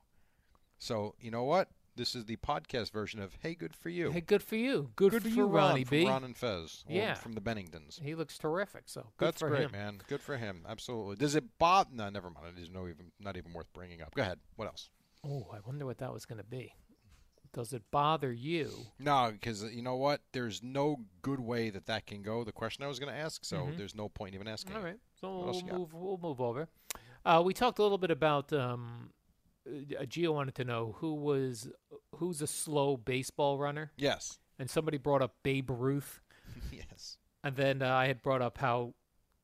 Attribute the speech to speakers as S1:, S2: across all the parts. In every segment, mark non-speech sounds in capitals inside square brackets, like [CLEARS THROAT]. S1: So you know what? This is the podcast version of "Hey, good for you."
S2: Hey, good for you. Good,
S1: good
S2: for,
S1: you,
S2: you, Ronnie
S1: Ron,
S2: B.
S1: From Ron and Fez, or
S2: Yeah.
S1: from the Benningtons.
S2: He looks terrific. So good
S1: That's
S2: for
S1: great,
S2: him.
S1: man. Good for him. Absolutely. Does it bother? No, never mind. It is no even not even worth bringing up. Go ahead. What else?
S2: Oh, I wonder what that was going to be. Does it bother you?
S1: No, because you know what? There's no good way that that can go. The question I was going to ask, so there's no point even asking.
S2: Mm-hmm. All right, so
S1: What else
S2: we'll
S1: you got?
S2: move. We'll move over. Uh, we talked a little bit about. Um, uh, Gio wanted to know who was who's a slow baseball runner,
S1: Yes.
S2: and somebody brought up Babe Ruth,
S1: [LAUGHS] yes.
S2: and then uh, I had brought up how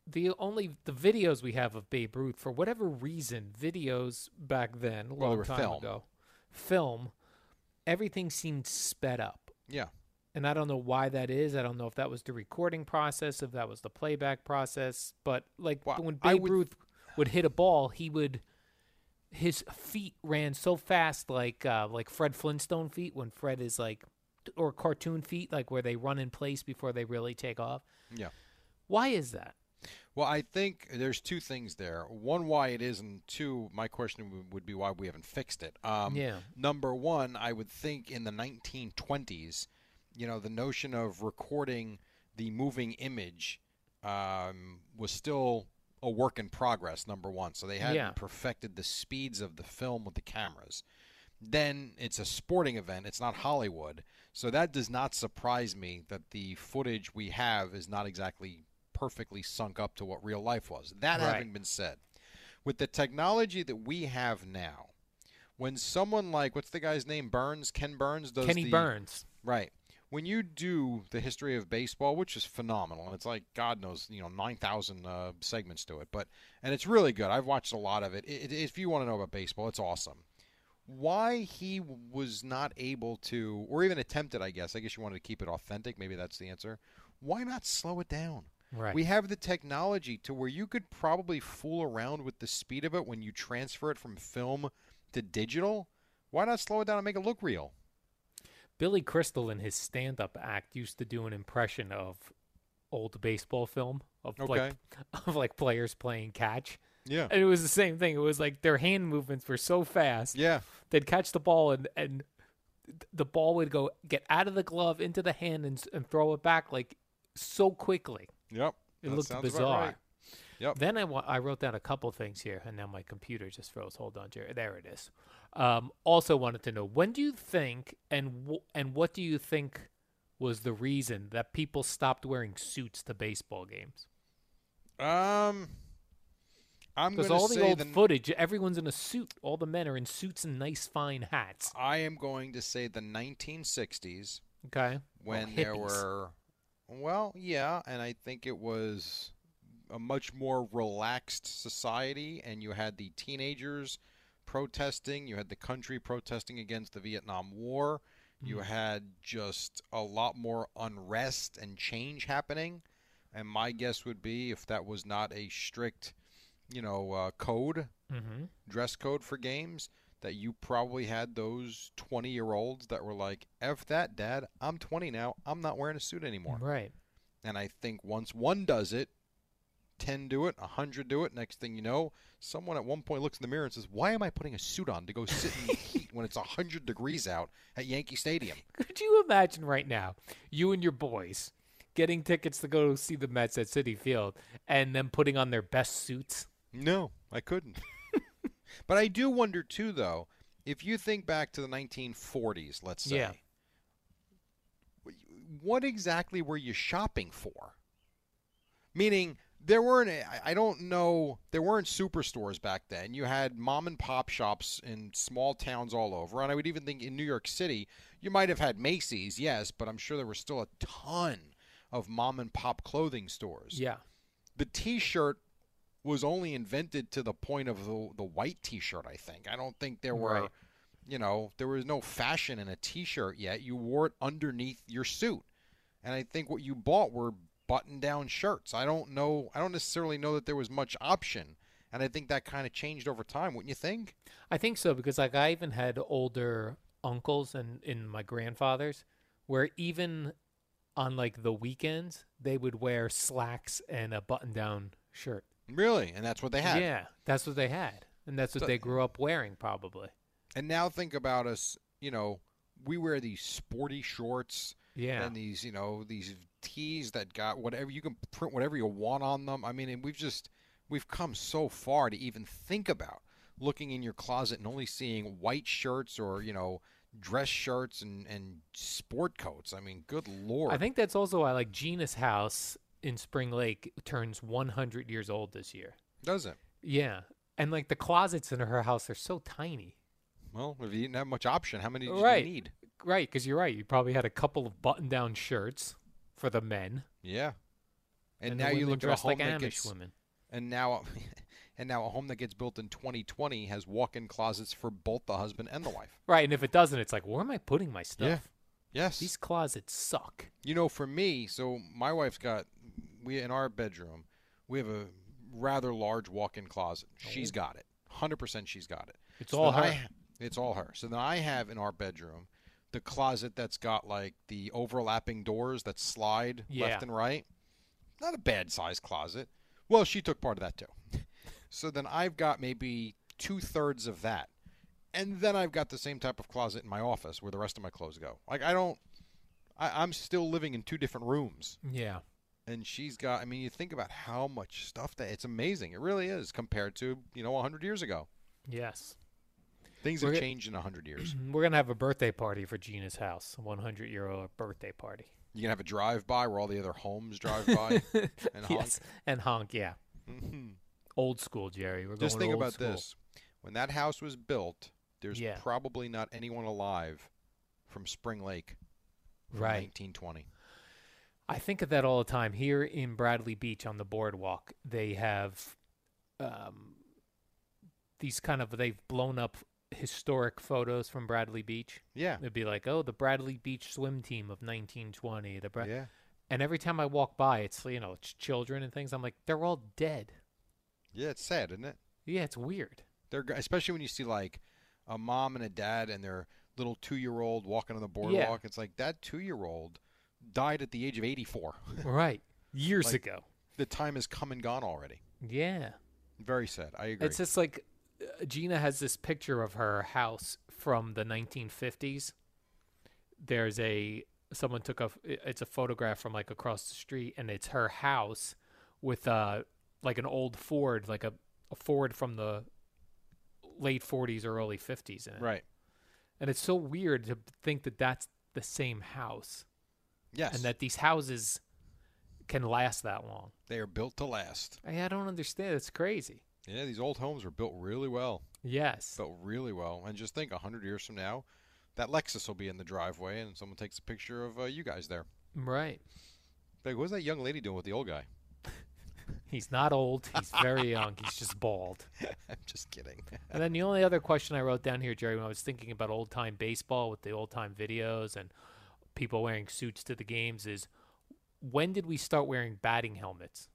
S2: the only the videos we have of Babe Ruth for whatever reason, videos back then, a
S1: Well, they
S2: long
S1: were
S2: time
S1: film.
S2: ago, film, everything seemed sped up.
S1: Yeah.
S2: and I don't know why that is. I don't know if that was the recording process, if that was the playback process, but like
S1: Well,
S2: when
S1: I
S2: Babe
S1: would-
S2: Ruth would hit a ball, he would his feet ran so fast, like uh, like Fred Flintstone feet when Fred is like, or cartoon feet, like where they run in place before they really take off.
S1: Yeah.
S2: Why is that?
S1: Well, I think there's two things there. One, why it is, and two, my question w- would be why we haven't fixed it. Um,
S2: Yeah.
S1: Number one, I would think in the 1920s, you know, the notion of recording the moving image um, was still a work in progress. Number one, so they hadn't
S2: Yeah.
S1: perfected the speeds of the film with the cameras then it's a sporting event. It's not Hollywood. So that does not surprise me that the footage we have is not exactly perfectly sunk up to what real life was. That
S2: Right.
S1: having been said, with the technology that we have now, when someone like what's the guy's name? Burns, Ken Burns does
S2: Kenny
S1: the-
S2: Burns.
S1: Right. When you do the history of baseball, which is phenomenal, and it's like God knows, you know, nine thousand uh, segments to it, but and it's really good. I've watched a lot of it. I- I- If you want to know about baseball, it's awesome. Why he was not able to, or even attempted, I guess. I guess you wanted to keep it authentic. Maybe that's the answer. Why not slow it down?
S2: Right.
S1: We have the technology to where you could probably fool around with the speed of it when you transfer it from film to digital. Why not slow it down and make it look real?
S2: Billy Crystal in his stand up act used to do an impression of old baseball film of like
S1: Okay.
S2: [LAUGHS] of like players playing catch.
S1: Yeah.
S2: And it was the same thing. It was like their hand movements were so fast.
S1: Yeah.
S2: They'd catch the ball and and th- the ball would go get out of the glove into the hand and, s- and throw it back like so quickly.
S1: Yep.
S2: It
S1: that
S2: looked
S1: sounds about
S2: bizarre.
S1: right. Yep.
S2: Then I, wa- I wrote down a couple things here, and now my computer just froze. Hold on, Jerry. There it is. Um, also wanted to know when do you think and w- and what do you think was the reason that people stopped wearing suits to baseball games?
S1: Um, I'm
S2: Because
S1: going to
S2: all the
S1: say
S2: old
S1: the
S2: footage, everyone's in a suit. All the men are in suits and nice, fine hats.
S1: I am going to say the 1960s
S2: Okay. Well,
S1: when there
S2: hippies.
S1: were, well, yeah, and I think it was a much more relaxed society, and you had the teenagers protesting, you had the country protesting against the Vietnam War,
S2: Mm.
S1: You had just a lot more unrest and change happening. And my guess would be if that was not a strict, you know, uh, code,
S2: Mm-hmm.
S1: dress code for games, that you probably had those 20 year olds that were like, F that, dad. I'm 20 now. I'm not wearing a suit anymore.
S2: Right.
S1: And I think once one does it, 10 do it, 100 do it. Next thing you know, someone at one point looks in the mirror and says, Why am I putting a suit on to go sit in the heat when it's 100 degrees out at Yankee Stadium?
S2: [LAUGHS] Could you imagine right now, you and your boys getting tickets to go see the Mets at City Field and then putting on their best suits?
S1: No, I couldn't. but I do wonder, too, though, if you think back to the 1940s, let's say,
S2: Yeah.
S1: what exactly were you shopping for? Meaning, there weren't, I- I don't know, there weren't superstores back then. You had mom and pop shops in small towns all over. And I would even think in New York City, you might have had Macy's, yes, but I'm sure there were still a ton of mom and pop clothing stores
S2: Yeah.
S1: the t-shirt was only invented to the point of the, the white t-shirt i think i don't think there were
S2: Right.
S1: you know there was no fashion in a t-shirt yet you wore it underneath your suit and i think what you bought were button down shirts i don't know i don't necessarily know that there was much option and i think that kind of changed over time wouldn't you think
S2: I think so because like I even had older uncles and in my grandfathers where even on like the weekends they would wear slacks and a button down shirt.
S1: really and that's what they had
S2: Yeah, that's what they had. And that's what
S1: So-
S2: they grew up wearing probably.
S1: and now think about us you know we wear these sporty shorts
S2: Yeah.
S1: and these you know these tees that got whatever you can print whatever you want on them i mean and we've just we've come so far to even think about looking in your closet and only seeing white shirts or you know dress shirts and and sport coats i mean good lord
S2: I think that's also why like Gina's house in Spring Lake turns 100 years old this year.
S1: does it
S2: Yeah. And like the closets in her house are so tiny.
S1: well if you didn't have much option how many did
S2: Right.
S1: you need
S2: Right, because you're right. You probably had a couple of button down shirts for the men.
S1: yeah and,
S2: the
S1: now you
S2: women
S1: look at a
S2: dressed
S1: home
S2: like
S1: that
S2: Amish
S1: gets
S2: women.
S1: and now [LAUGHS] and now a home that gets built in 2020 has walk-in closets for both the husband and the wife
S2: Right, and if it doesn't, it's like, where am I putting my stuff?
S1: yes
S2: These closets suck.
S1: You know, for me, so my wife's got we in our bedroom, we have a rather large walk-in closet. She's got it. 100% she's got it.
S2: It's all
S1: then
S2: her.
S1: I- it's all her. So then I have in our bedroom the closet that's got like the overlapping doors that slide
S2: Yeah.
S1: left and right. Not a bad size closet. Well, she took part of that too. [LAUGHS] so then I've got maybe two thirds of that. And then I've got the same type of closet in my office where the rest of my clothes go. Like I don't I, I'm still living in two different rooms
S2: Yeah.
S1: and she's got i mean you think about how much stuff that it's amazing it really is compared to you know 100 years ago
S2: Yes. [CLEARS THROAT]
S1: things
S2: We're
S1: have
S2: gonna-
S1: changed in 100 years
S2: We're going to have a birthday party for Gina's house, a 100 year old birthday party.
S1: you can have a drive by where all the other homes [LAUGHS]
S2: [LAUGHS]
S1: drive by and honk. Mm-hmm.
S2: Yes. And honk, yeah. Old school, Jerry. We're
S1: just
S2: going
S1: think
S2: old
S1: about
S2: school.
S1: this when that house was built there's
S2: Yeah.
S1: probably not anyone alive from spring lake from
S2: Right.
S1: 1920
S2: I think of that all the time. Here in Bradley Beach on the boardwalk, they have um, these kind of, they've blown up historic photos from Bradley Beach.
S1: yeah
S2: It'd be like, oh, the Bradley Beach swim team of 1920. The Bra-
S1: yeah
S2: And every time I walk by, it's, you know, it's children and things. I'm like, they're all dead.
S1: yeah it's sad isn't it
S2: Yeah, it's
S1: [LAUGHS]
S2: weird.
S1: They're gr- especially when you see like a mom and a dad and their little two-year-old walking on the boardwalk. It's like that two-year-old died at the age of 84.
S2: right. Years
S1: Like-
S2: ago.
S1: [LAUGHS] the time has come and gone already.
S2: Yeah.
S1: Very sad. I agree.
S2: It's just like uh, Gina has this picture of her house from the 1950s. There's a someone took a f- i- it's a photograph from like across the street and it's her house with uh like an old Ford, like a, a Ford from the late 40s or early 50s in it.
S1: right.
S2: And it's so weird to think that that's the same house
S1: Yes.
S2: and that these houses can last that long.
S1: they are built to last.
S2: I, I don't understand. It's crazy.
S1: Yeah, these old homes were built really well.
S2: Yes.
S1: Built really well. And just think, 100 years from now, that Lexus will be in the driveway and someone takes a picture of uh, you guys there.
S2: Right.
S1: Like, what's that young lady doing with the old guy?
S2: He's not old. He's very young. He's just bald.
S1: [LAUGHS] I'm just kidding. [LAUGHS]
S2: And then the only other question I wrote down here, Jerry, when I was thinking about old time baseball with the old time videos and people wearing suits to the games is when did we start wearing batting helmets?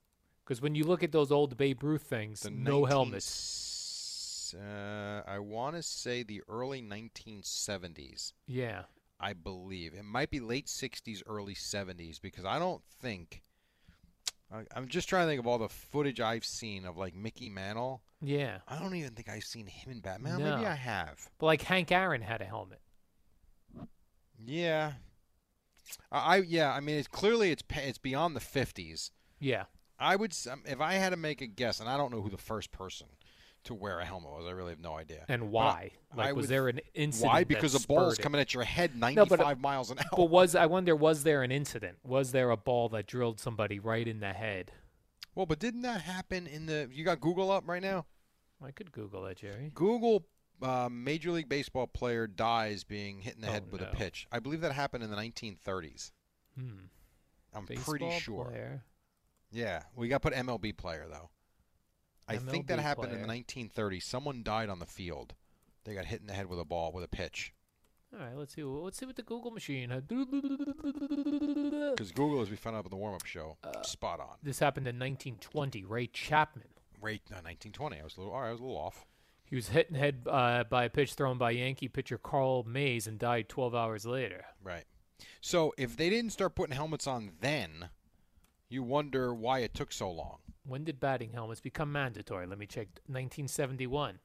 S2: Because when you look at those old Babe Ruth things,
S1: The
S2: no
S1: 19
S2: helmets.
S1: Uh, I want to say the early 1970s.
S2: Yeah.
S1: I believe it might be late 60s, early 70s because I don't think. I- I'm just trying to think of all the footage I've seen of like Mickey Mantle.
S2: Yeah.
S1: I don't even think I've seen him in Batman.
S2: No.
S1: Maybe I have.
S2: But like Hank Aaron had a helmet.
S1: Yeah. I I- yeah. I mean, it's clearly it's pa- it's beyond the 50s.
S2: Yeah.
S1: I would s- um, if I had to make a guess, and I don't know who the first person to wear a helmet was. I really have no idea.
S2: And
S1: But
S2: why?
S1: I
S2: like, was
S1: would-
S2: there an incident?
S1: Why?
S2: that
S1: Because a ball's
S2: spurred it?
S1: coming at your head
S2: No,
S1: 95
S2: but- uh,
S1: miles an hour.
S2: But was I wonder? Was there an incident? Was there a ball that drilled somebody right in the head?
S1: Well, but didn't that happen in the? You got Google up right now.
S2: I could Google that, Jerry.
S1: Google uh, Major League Baseball player dies being hit in the
S2: Oh,
S1: head with
S2: no.
S1: a pitch. I believe that happened in the 1930s.
S2: Hmm.
S1: I'm pretty
S2: Baseball
S1: sure.
S2: player.
S1: Yeah, we got to put MLB player though. I think that
S2: MLB
S1: happened in
S2: player.
S1: the 1930s. Someone died on the field. They got hit in the head with a ball with a pitch.
S2: All right, let's see. wh- Let's see what the Google machine. had.
S1: Because Google, as we found out in the warm-up show, spot on.
S2: This happened in 1920. Ray Chapman.
S1: Right, no, 1920. I was a little, all right, I was a little off.
S2: He was hit in the head uh, by a pitch thrown by Yankee pitcher Carl Mays and died 12 hours later.
S1: Right. So if they didn't start putting helmets on then, you wonder why it took so long.
S2: When did batting helmets become mandatory? Let me check. 1971.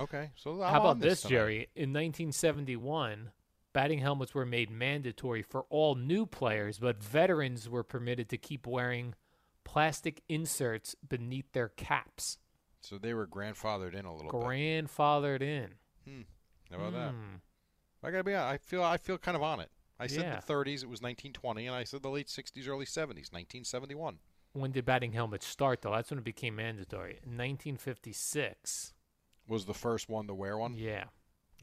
S1: Okay, so I'm
S2: How
S1: on
S2: about this,
S1: tonight.
S2: Jerry? In 1971, batting helmets were made mandatory for all new players, but veterans were permitted to keep wearing plastic inserts beneath their caps,
S1: So they were grandfathered in a little bit.
S2: grandfathered in.
S1: How about that?
S2: Hmm.
S1: I gotta be. hon- I feel. I feel kind of on it. I said
S2: Yeah.
S1: the 30s. It was 1920, and I said the late 60s, early 70s, 1971.
S2: When did batting helmets start, though? That's when it became mandatory. 1956.
S1: Was the first one to wear one.
S2: Yeah.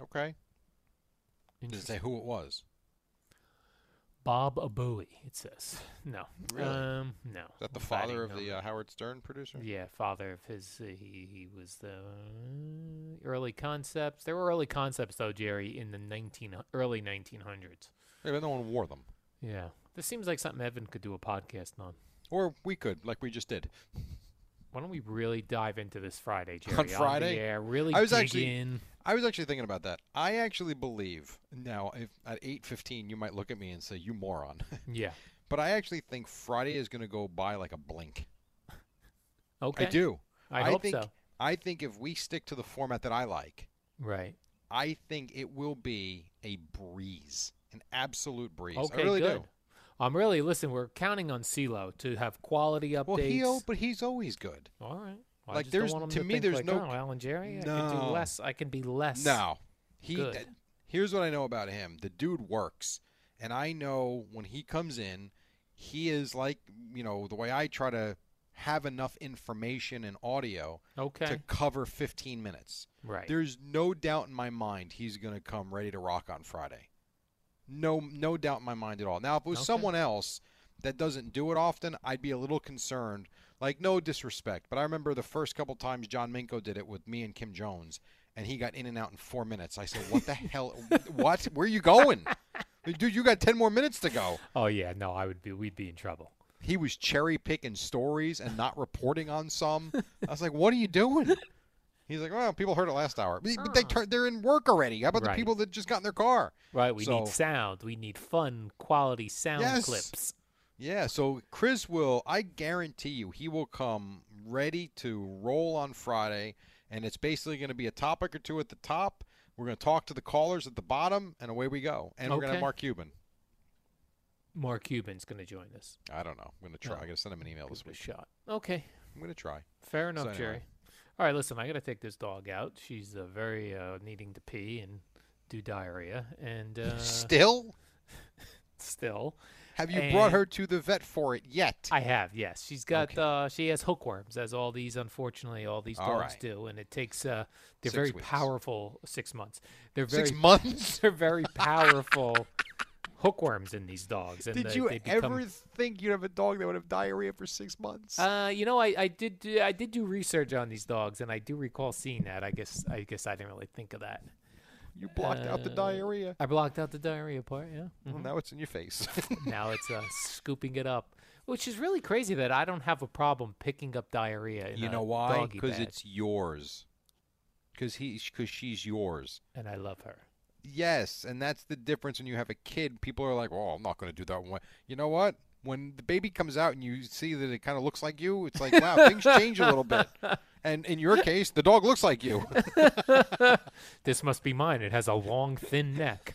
S1: Okay. Does it
S2: Interesting.
S1: say who it was?
S2: Bob Abui, it says. No.
S1: Really?
S2: Um, no.
S1: Is that the
S2: Batting
S1: father of the
S2: helmet.
S1: uh, Howard Stern producer?
S2: Yeah, father of his. Uh, he he was the uh, early concepts. There were early concepts though, Jerry, in the nineteen early nineteen hundreds.
S1: Yeah, but no one wore them.
S2: Yeah, this seems like something Evan could do a podcast on.
S1: Or we could, like we just did.
S2: Why don't we really dive into this Friday, Jerry?
S1: on Friday.
S2: yeah, really.
S1: I was
S2: dig
S1: actually,
S2: in. [LAUGHS]
S1: I was actually thinking about that. I actually believe now. If at eight fifteen, you might look at me and say, "You moron," [LAUGHS]
S2: Yeah.
S1: but I actually think Friday is going to go by like a blink.
S2: Okay.
S1: I do.
S2: I hope
S1: think,
S2: so.
S1: I think if we stick to the format that I like,
S2: Right.
S1: I think it will be a breeze, an absolute breeze.
S2: Okay.
S1: I really
S2: good.
S1: do.
S2: I'm really listen. We're counting on CeeLo to have quality updates.
S1: Well, he, al- but he's always good.
S2: All right. Well, I
S1: Like,
S2: just don't
S1: there's-
S2: want him
S1: to
S2: to
S1: me,
S2: think
S1: there's
S2: like,
S1: no-
S2: "Oh, Alan Jerry. I can do
S1: No.
S2: less. I can be less.
S1: No, he.
S2: Good.
S1: th- here's what I know about him: the dude works, and I know when he comes in, he is like you know the way I try to have enough information and audio
S2: Okay.
S1: to cover 15 minutes.
S2: right.
S1: There's no doubt in my mind he's going to come ready to rock on Friday. No, no doubt in my mind at all. Now, if it was
S2: Okay.
S1: someone else that doesn't do it often, I'd be a little concerned. Like, no disrespect, but I remember the first couple times John Minko did it with me and Kim Jones, and he got in and out in four minutes. I said, "What the [LAUGHS] hell? What? Where you going, dude? You got ten more minutes to go."
S2: Oh yeah, no, I would be. We'd be in trouble.
S1: He was cherry picking stories and not reporting on some. I was like, "What are you doing?" He's like, "Well, people heard it last hour, but, but they turn, they're in work already. How about
S2: Right.
S1: the people that just got in their car?"
S2: Right. We
S1: So-
S2: need sound. We need fun, quality sound
S1: Yes.
S2: clips.
S1: Yeah, so Chris will, I guarantee you, he will come ready to roll on Friday, and it's basically going to be a topic or two at the top. We're going to talk to the callers at the bottom, and away we go. And we're going to
S2: Okay.
S1: have Mark Cuban.
S2: Mark Cuban's going to join us.
S1: I don't know. I'm going to
S2: Oh.
S1: try. I'm going to send him an email
S2: Give
S1: this
S2: it a
S1: week.
S2: shot. Okay.
S1: I'm going to try.
S2: Fair enough,
S1: So anyway.
S2: Jerry. All right. Listen, I got to take this dog out. She's uh, very uh, needing to pee and do diarrhea, and
S1: [LAUGHS]
S2: uh,
S1: Still,
S2: still,
S1: have you brought
S2: and-
S1: her to the vet for it yet?
S2: I have. Yes, she's got.
S1: Okay.
S2: Uh, she has hookworms, as all these, unfortunately, all these
S1: All
S2: dogs
S1: right.
S2: do, and it takes. Uh, they're
S1: Six
S2: very
S1: weeks.
S2: powerful. Six months. [LAUGHS] They're very
S1: Six months. [LAUGHS]
S2: they're very powerful hookworms in these dogs. And
S1: Did
S2: they,
S1: you
S2: they become,
S1: ever think you'd have a dog that would have diarrhea for six months?
S2: Uh, you know, I, I did do, I did do research on these dogs, and I do recall seeing that. I guess I guess I didn't really think of that.
S1: you blocked out the
S2: uh, mm-hmm.
S1: diarrhea.
S2: I blocked out the diarrhea part. Yeah.
S1: Well, now it's in
S2: [LAUGHS]
S1: your face. [LAUGHS]
S2: now it's uh, scooping it up, which is really crazy that I don't have a problem picking up diarrhea. In
S1: you
S2: a
S1: know why?
S2: Because
S1: Because it's yours. Because he, because she's yours.
S2: and I love her.
S1: Yes, and that's the difference when you have a kid. People are like, "Oh, I'm not going to do that one." You know what? When the baby comes out and you see that it kind of looks like you, it's like,
S2: [LAUGHS]
S1: "Wow, things change a little bit." And in your case, the dog looks
S2: [LAUGHS]
S1: like you.
S2: This must be mine. It has a long, thin neck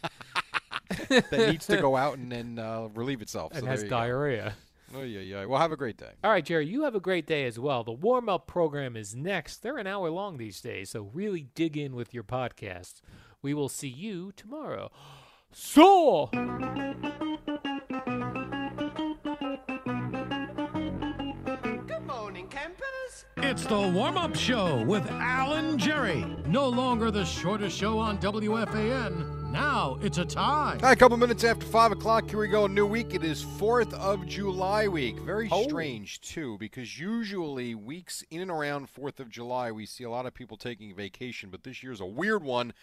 S1: that needs to go out and then uh, relieve itself.
S2: and
S1: [LAUGHS] so
S2: has
S1: there you go.
S2: diarrhea.
S1: Oh yeah, yeah. Well, have a great day.
S2: All right, Jerry, you have a great day as well. The warm up program is next. They're an hour long these days, so really dig in with your podcasts. We will see you tomorrow. [GASPS] So.
S3: It's the warm up show with Alan Jerry. No longer the shortest show on WFAN. Now it's a tie.
S1: All right, a couple minutes after five o'clock. Here we go. New week. It is Fourth of July week. Very strange too, because usually weeks in and around Fourth of July, we see a lot of people taking vacation. But this year's a weird one.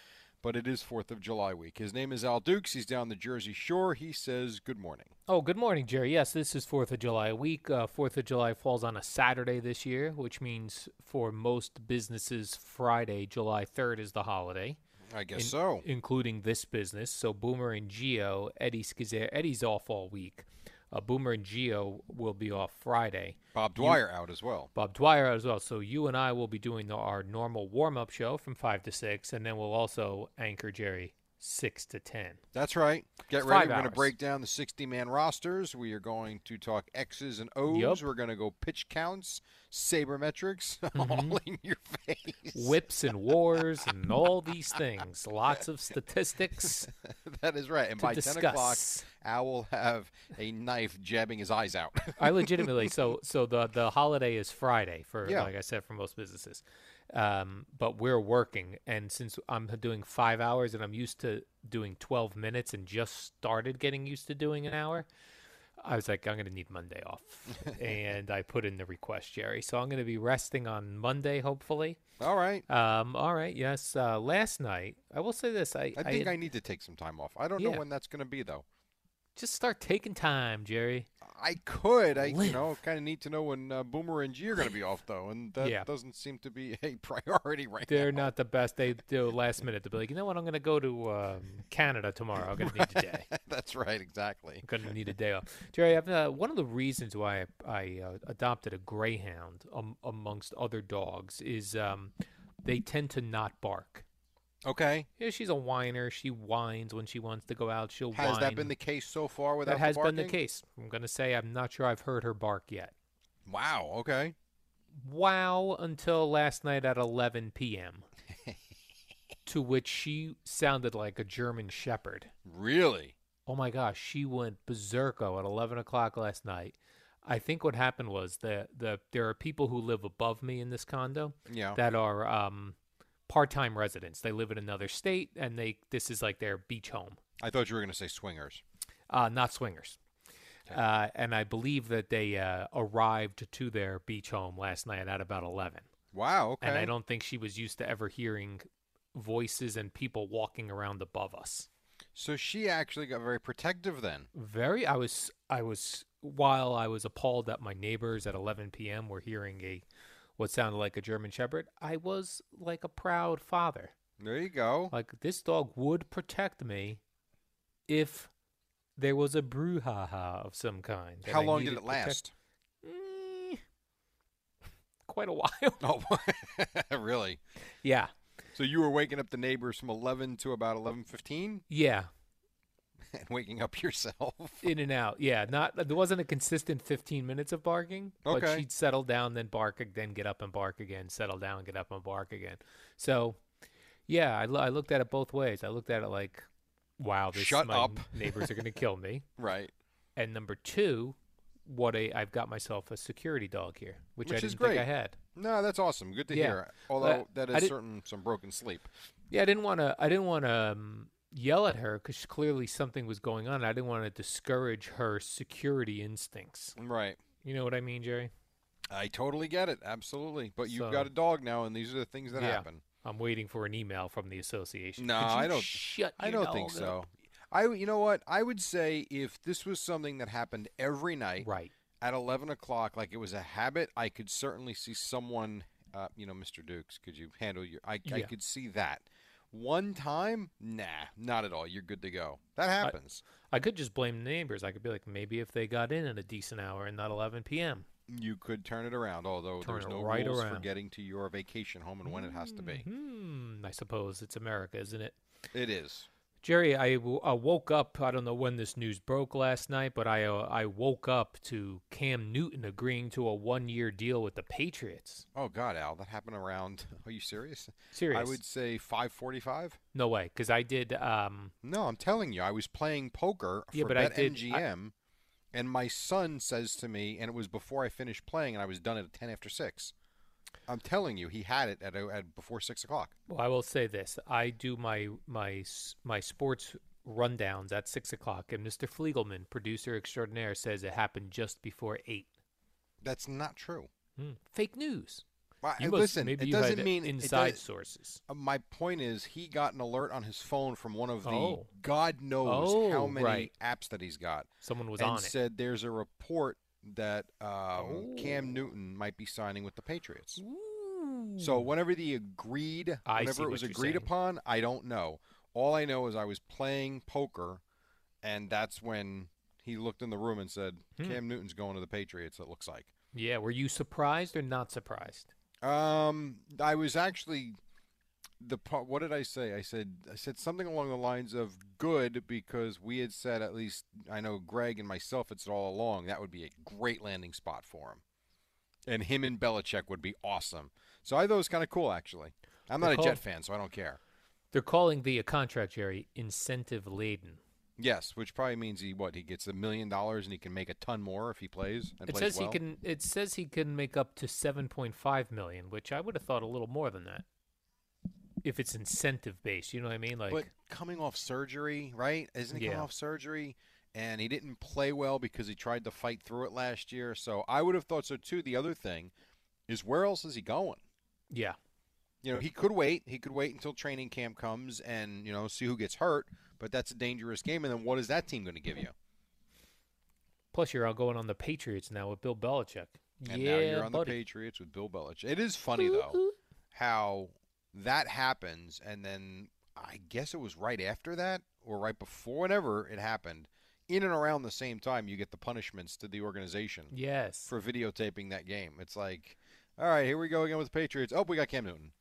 S1: But it is Fourth of July week. His name is Al Dukes. He's down the Jersey Shore. He says good morning.
S2: Oh, good morning, Jerry. Yes, this is 4th of July week. Uh, 4th of July falls on a Saturday this year, which means for most businesses, Friday, July 3rd, is the holiday.
S1: I guess
S2: in-
S1: so.
S2: Including this business. So Boomer and Geo, Eddie Schizzare, Eddie's off all week. Uh, Boomer and Geo will be off Friday.
S1: Bob Dwyer out as well.
S2: Bob Dwyer as well. So you and I will be doing the, our normal warm up show from 5 to 6, and then we'll also anchor Jerry 6 to 10.
S1: That's right. Get
S2: It's
S1: ready.
S2: five
S1: We're going to
S2: hours.
S1: break down the 60 man rosters. We are going to talk X's and O's.
S2: Yup.
S1: We're going to go pitch counts, sabermetrics, [LAUGHS] all in your face.
S2: whips and wars and all these things. Lots of statistics.
S1: [LAUGHS] that is right. And
S2: to
S1: by 10 o'clock,
S2: discuss.
S1: Al will have a knife jabbing his eyes out.
S2: [LAUGHS]
S1: [LAUGHS]
S2: I legitimately so so the the holiday is Friday for
S1: Yeah.
S2: like I said for most businesses, um, but we're working and since I'm doing five hours and I'm used to doing twelve minutes and just started getting used to doing an hour. I was like, I'm going to need Monday [LAUGHS] off. and I put in the request, Jerry. So I'm going to be resting on Monday, hopefully.
S1: all right.
S2: Um, all right. Yes. Uh, last night, I will say this. I,
S1: I think
S2: had-
S1: I, need to take some time off. I don't
S2: Yeah.
S1: know when that's going to be, though.
S2: just start taking time, Jerry.
S1: I could. I you
S2: Live.
S1: know kind of need to know when uh, Boomer and G are going to be off though, and that
S2: Yeah.
S1: doesn't seem to be [LAUGHS] a priority right
S2: They're
S1: now.
S2: not the best. They do last minute to be like, you know what? I'm going to go to um, Canada tomorrow. I'm going to need a
S1: [LAUGHS]
S2: day.
S1: That's right. Exactly.
S2: I'm going to need a day off. Jerry, I've, uh, one of the reasons why I, I uh, adopted a greyhound um, amongst other dogs is um, they tend to not bark.
S1: Okay.
S2: Yeah, she's a whiner. She whines when she wants to go out. She'll
S1: Has
S2: whine.
S1: that been the case so far without
S2: That has
S1: the
S2: been the
S1: barking?
S2: case. I'm going to say I'm not sure I've heard her bark yet.
S1: Wow. Okay.
S2: wow until last night at 11 p.m. to which she sounded like a German shepherd.
S1: Really?
S2: Oh my gosh, she went berserko at 11 o'clock last night. I think what happened was that the there are people who live above me in this condo
S1: Yeah.
S2: that are um, part-time residents. They live in another state and they this is like their beach home,
S1: I thought you were going to say swingers.
S2: uh, not swingers. Uh, and I believe that they uh, arrived to their beach home last night at about 11
S1: Wow. Okay.
S2: and I don't think she was used to ever hearing voices and people walking around above us.
S1: So she actually got very protective then.
S2: Very, I was, I was, while I was appalled that my neighbors at 11 p.m. were hearing a, what sounded like a German Shepherd, I was like a proud father.
S1: There you go.
S2: Like this dog would protect me, if there was a brouhaha of some kind. that
S1: How
S2: I
S1: long did
S2: needed
S1: it last? [LAUGHS]
S2: protect- Mm, [LAUGHS] quite a while.
S1: Oh, [LAUGHS] really?
S2: yeah,
S1: So you were waking up the neighbors from 11 to about 11:15
S2: yeah.
S1: [LAUGHS] and waking up yourself. [LAUGHS]
S2: in and out. Yeah, not there wasn't a consistent 15 minutes of barking, but
S1: Okay.
S2: she'd settle down, then bark, ag- then get up and bark again, settle down, get up and bark again. So, yeah, I, lo- I looked at it both ways. I looked at it like, wow, this
S1: Shut
S2: my
S1: up.
S2: neighbors are gonna kill
S1: [LAUGHS]
S2: me.
S1: Right.
S2: And number two, what a I've got myself a security dog here, which, I
S1: Which
S2: didn't
S1: is
S2: think I
S1: great.
S2: had.
S1: No, that's awesome. Good to
S2: Yeah.
S1: hear.
S2: Well,
S1: Although that
S2: I
S1: is
S2: did-
S1: certain some broken sleep.
S2: Yeah, I didn't want to. I didn't want to um, yell at her because clearly something was going on. I didn't want to discourage her security instincts.
S1: Right.
S2: You know what I mean, Jerry?
S1: I totally get it. Absolutely. But you've
S2: So-
S1: got a dog now, and these are the things that
S2: Yeah.
S1: happen.
S2: I'm waiting for an email from the association.
S1: No,
S2: Could you
S1: I don't-
S2: Shut
S1: I
S2: your
S1: don't think
S2: dog up?
S1: so. I, w- you know what? I would say if this was something that happened every night
S2: Right.
S1: at 11 o'clock, like it was a habit, I could certainly see someone, uh, you know, Mr. Dukes, could you handle your. I, I
S2: Yeah.
S1: could see that. One time, nah, not at all. You're good to go. That happens.
S2: I could just blame the neighbors. I could be like, maybe if they got in at a decent hour and not 11 p.m.
S1: you could turn it around, although
S2: Turn
S1: there's
S2: it
S1: no
S2: right
S1: rules for
S2: around.
S1: getting to your vacation home and when it has to be.
S2: Hmm. I suppose it's America, isn't it?
S1: It is.
S2: Jerry, I, w- I woke up. I don't know when this news broke last night, but I uh, I woke up to Cam Newton agreeing to a one year deal with the Patriots.
S1: Oh God, Al, that happened around. Are you serious?
S2: Serious?
S1: I would say 5:45.
S2: No way, because I did. Um,
S1: No, I'm telling you, I was playing poker
S2: Yeah,
S1: for
S2: but I
S1: BetMGM,
S2: did- I-
S1: and my son says to me, and it was before I finished playing, and I was done at 10 after six. I'm telling you, he had it at, uh, at before six o'clock.
S2: well, I will say this: I do my my s- my sports rundowns at six o'clock, and Mister Fliegelman, producer extraordinaire, says it happened just before eight.
S1: That's not true.
S2: Hmm. Fake news.
S1: Well,
S2: You
S1: uh,
S2: must-
S1: listen,
S2: maybe
S1: it
S2: you had
S1: doesn't mean it
S2: inside
S1: does-
S2: sources.
S1: Uh, My point is, he got an alert on his phone from one of the
S2: Oh.
S1: God knows how
S2: Oh,
S1: many
S2: right.
S1: apps that he's got,
S2: Someone was
S1: and
S2: on it.
S1: said there's a report that um,
S2: Oh.
S1: Cam Newton might be signing with the Patriots.
S2: Ooh.
S1: So whenever the agreed,
S2: I see
S1: whenever it was
S2: what you're
S1: agreed
S2: saying.
S1: upon, I don't know. All I know is I was playing poker, and that's when he looked in the room and said,
S2: Hmm.
S1: "Cam Newton's going to the Patriots." It looks like.
S2: yeah, were you surprised or not surprised?
S1: Um, I was actually the pro- what did I say? I said I said something along the lines of good because we had said at least I know Greg and myself had said all along that would be a great landing spot for him, and him and Belichick would be awesome. So I thought it was kind of cool actually. I'm not
S2: Good
S1: a
S2: call.
S1: Jet fan, so I don't care.
S2: They're calling the contract, Jerry, incentive laden.
S1: Yes, which probably means he what he gets a million dollars and he can make a ton more if he plays and
S2: It
S1: plays
S2: says
S1: well.
S2: he can. It says he can make up to seven point five million, which I would have thought a little more than that. If it's incentive based, you know what I mean? Like,
S1: but coming off surgery, right? Isn't he coming
S2: Yeah.
S1: off surgery? And he didn't play well because he tried to fight through it last year. So I would have thought so too. The other thing is where else is he going?
S2: yeah,
S1: You know, he could wait. He could wait until training camp comes and, you know, see who gets hurt. But that's a dangerous game. And then what is that team going to give you?
S2: Plus, you're all going on the Patriots now with Bill Belichick.
S1: And
S2: yeah,
S1: now you're on
S2: buddy.
S1: the Patriots with Bill Belichick. It is funny, though, how that happens. And then I guess it was right after that or right before, whenever it happened, in and around the same time, you get the punishments to the organization
S2: Yes,
S1: for videotaping that game. It's like, all right, here we go again with the Patriots. Oh, we got Cam Newton.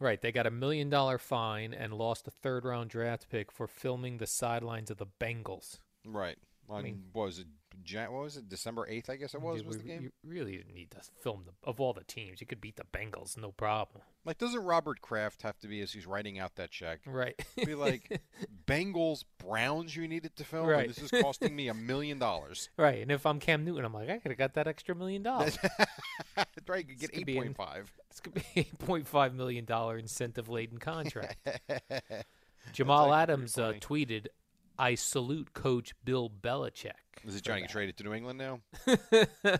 S2: right. They got a million dollar fine and lost a third round draft pick for filming the sidelines of the Bengals.
S1: Right. On, what was it? Jan- what was it? December 8th, I guess it was,
S2: You-
S1: was
S2: we-
S1: the game?
S2: You really didn't need to film the, of all the teams. You could beat the Bengals, no problem.
S1: Like, doesn't Robert Kraft have to be, as he's writing out
S2: [LAUGHS]
S1: that check,
S2: Right.
S1: be like Bengals Browns you needed to film
S2: Right.
S1: and this is costing me a million dollars. [LAUGHS]
S2: Right, and if I'm Cam Newton, I'm like, I could have got that extra million dollars.
S1: That's right, you could get
S2: This could
S1: eight
S2: be an-
S1: point five.
S2: This could be eight point five million dollar incentive laden
S1: [LAUGHS]
S2: contract. Jamal Adams uh, tweeted, "I salute Coach Bill Belichick."
S1: Is he trying to get traded to New England now?
S2: [LAUGHS]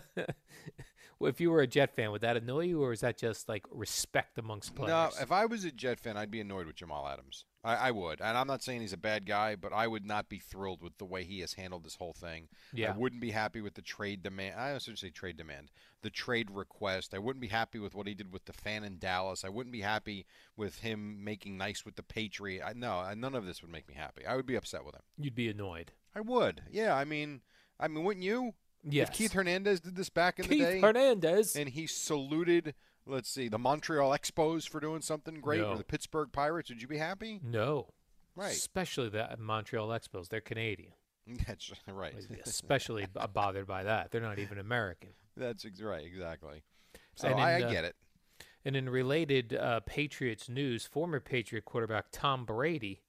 S2: Well, if you were a Jet fan, would that annoy you, or is that just like respect amongst players?
S1: No, if I was a Jet fan, I'd be annoyed with Jamal Adams. I, I would. And I'm not saying he's a bad guy, but I would not be thrilled with the way he has handled this whole thing.
S2: Yeah.
S1: I wouldn't be happy with the trade demand. I shouldn't say trade demand, the trade request. I wouldn't be happy with what he did with the fan in Dallas. I wouldn't be happy with him making nice with the Patriot. I, no, I- none of this would make me happy. I would be upset with him.
S2: You'd be annoyed.
S1: I would. Yeah, I mean, I mean, wouldn't you?
S2: Yes.
S1: If Keith Hernandez did this back in
S2: Keith
S1: the day,
S2: Hernandez.
S1: and he saluted, let's see, the Montreal Expos for doing something great,
S2: No.
S1: or the Pittsburgh Pirates, would you be happy?
S2: no,
S1: Right.
S2: Especially the Montreal Expos. They're Canadian.
S1: [LAUGHS] That's right.
S2: I'd be Especially b- bothered by that. They're not even American.
S1: That's ex- right. Exactly. So
S2: And
S1: I,
S2: in,
S1: I
S2: uh,
S1: get it.
S2: And in related uh, Patriots news, former Patriot quarterback Tom Brady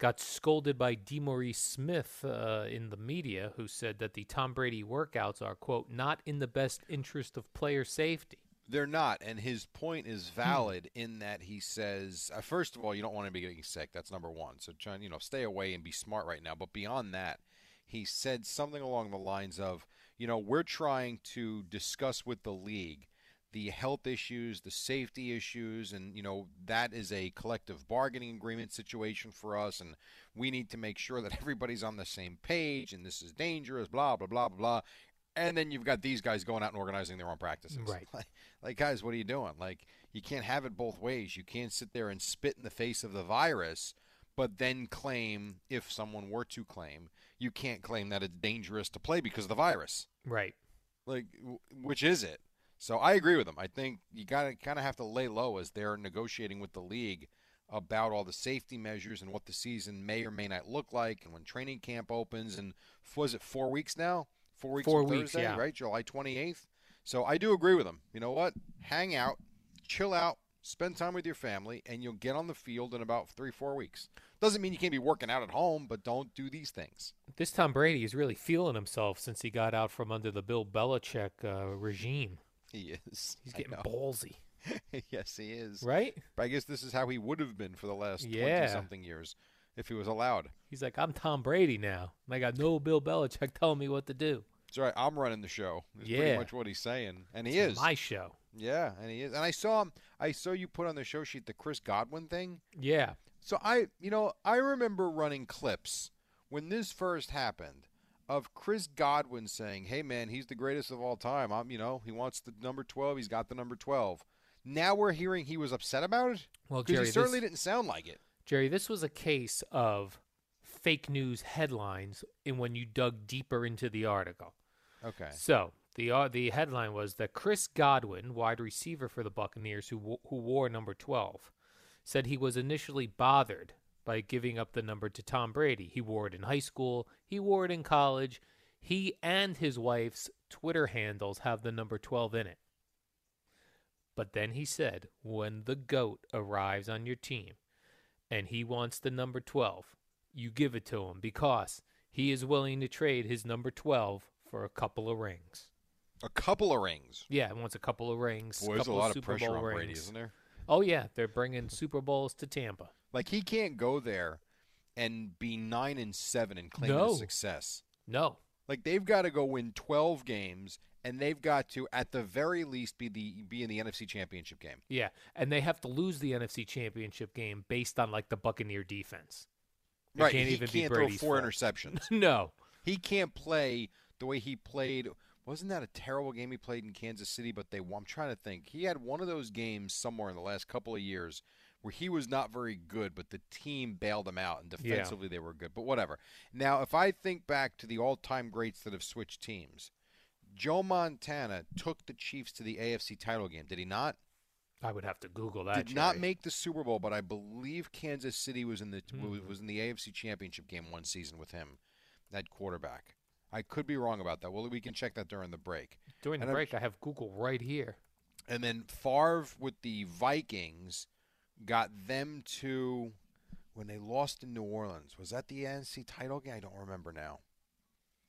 S2: got scolded by DeMaurice Smith uh, in the media, who said that the Tom Brady workouts are, quote, not in the best interest of player safety.
S1: They're not, and his point is valid in that he says, uh, first of all, you don't want to be getting sick. That's number one. So try, and, you know, stay away and be smart right now. But beyond that, he said something along the lines of, you know, we're trying to discuss with the league the health issues, the safety issues, and you know that is a collective bargaining agreement situation for us, and we need to make sure that [LAUGHS] everybody's on the same page, and this is dangerous, blah blah blah blah blah. And then you've got these guys going out and organizing their own practices.
S2: Right.
S1: [LAUGHS] Like, like, guys, what are you doing? Like, you can't have it both ways. You can't sit there and spit in the face of the virus, but then claim, if someone were to claim, you can't claim that it's dangerous to play because of the virus
S2: Right.
S1: like w- which is it so i agree with him i think you gotta kind of have to lay low as they're negotiating with the league about all the safety measures and what the season may or may not look like and when training camp opens and f- was it four weeks now four weeks
S2: Four
S1: from
S2: weeks,
S1: Thursday,
S2: yeah.
S1: right july 28th so i do agree with him you know what hang out chill out spend time with your family and you'll get on the field in about three four weeks doesn't mean you can't be working out at home but don't do these things
S2: This Tom Brady is really feeling himself since he got out from under the Bill Belichick uh, regime.
S1: he is
S2: He's
S1: [LAUGHS] I
S2: getting
S1: know.
S2: ballsy,
S1: [LAUGHS] yes he is
S2: right?
S1: But I guess this is how he would have been for the last
S2: Yeah.
S1: 20 something years if he was allowed.
S2: He's like, I'm Tom Brady now, and I got no Bill Belichick telling me what to do.
S1: That's right. I'm running the show. Is
S2: Yeah.
S1: pretty much what he's saying. And he
S2: It's
S1: is.
S2: my show.
S1: yeah, and he is. And I saw him I saw you put on the show sheet the Chris Godwin thing.
S2: Yeah,
S1: So I, you know, I remember running clips when this first happened of Chris Godwin saying, "Hey man, he's the greatest of all time. I'm, you know, he wants the number 12. He's got the number 12." Now we're hearing he was upset about it.
S2: Well,
S1: 'Cause
S2: Jerry,
S1: he
S2: this-
S1: certainly didn't sound like it.
S2: Jerry, this was a case of fake news headlines, and when you dug deeper into the article.
S1: Okay.
S2: So the uh, the headline was that Chris Godwin, wide receiver for the Buccaneers, who wo- who wore number twelve, said he was initially bothered by giving up the number to Tom Brady. He wore it in high school. He wore it in college. He and his wife's Twitter handles have the number twelve in it. But then he said, when the goat arrives on your team, and he wants the number 12, you give it to him because he is willing to trade his number 12 for a couple of rings.
S1: A couple of rings.
S2: Yeah, he wants a couple of rings.
S1: Boy, there's a
S2: couple
S1: lot of
S2: Super
S1: pressure
S2: Bowl
S1: on
S2: rings.
S1: Brady, isn't there?
S2: Oh yeah, they're bringing Super Bowls to Tampa.
S1: Like he can't go there and be nine and seven and claim it
S2: No.
S1: as success.
S2: No,
S1: Like they've got to go win twelve games, and they've got to at the very least be the be in the NFC Championship game.
S2: yeah, and they have to lose the NFC Championship game based on like the Buccaneer defense. [LAUGHS] It
S1: right?
S2: can't
S1: he
S2: even be
S1: can't
S2: Brady's
S1: throw four
S2: fault.
S1: interceptions.
S2: no,
S1: he can't play the way he played. Wasn't that a terrible game he played in Kansas City? But they, won- I'm trying to think. He had one of those games somewhere in the last couple of years where he was not very good, but the team bailed him out, and
S2: Yeah.
S1: defensively they were good. But whatever. Now, if I think back to the all-time greats that have switched teams, Joe Montana took the Chiefs to the AFC title game. Did he not?
S2: I would have to Google that.
S1: did not
S2: Jerry.
S1: make the Super Bowl, but I believe Kansas City was in the was- was in the AFC Championship game one season with him, that quarterback. I could be wrong about that. Well, we can check that during the break.
S2: during the
S1: and I'm-
S2: break. I have Google right here.
S1: And then Favre with the Vikings got them to when they lost in New Orleans. Was that the AFC title game? I don't remember now.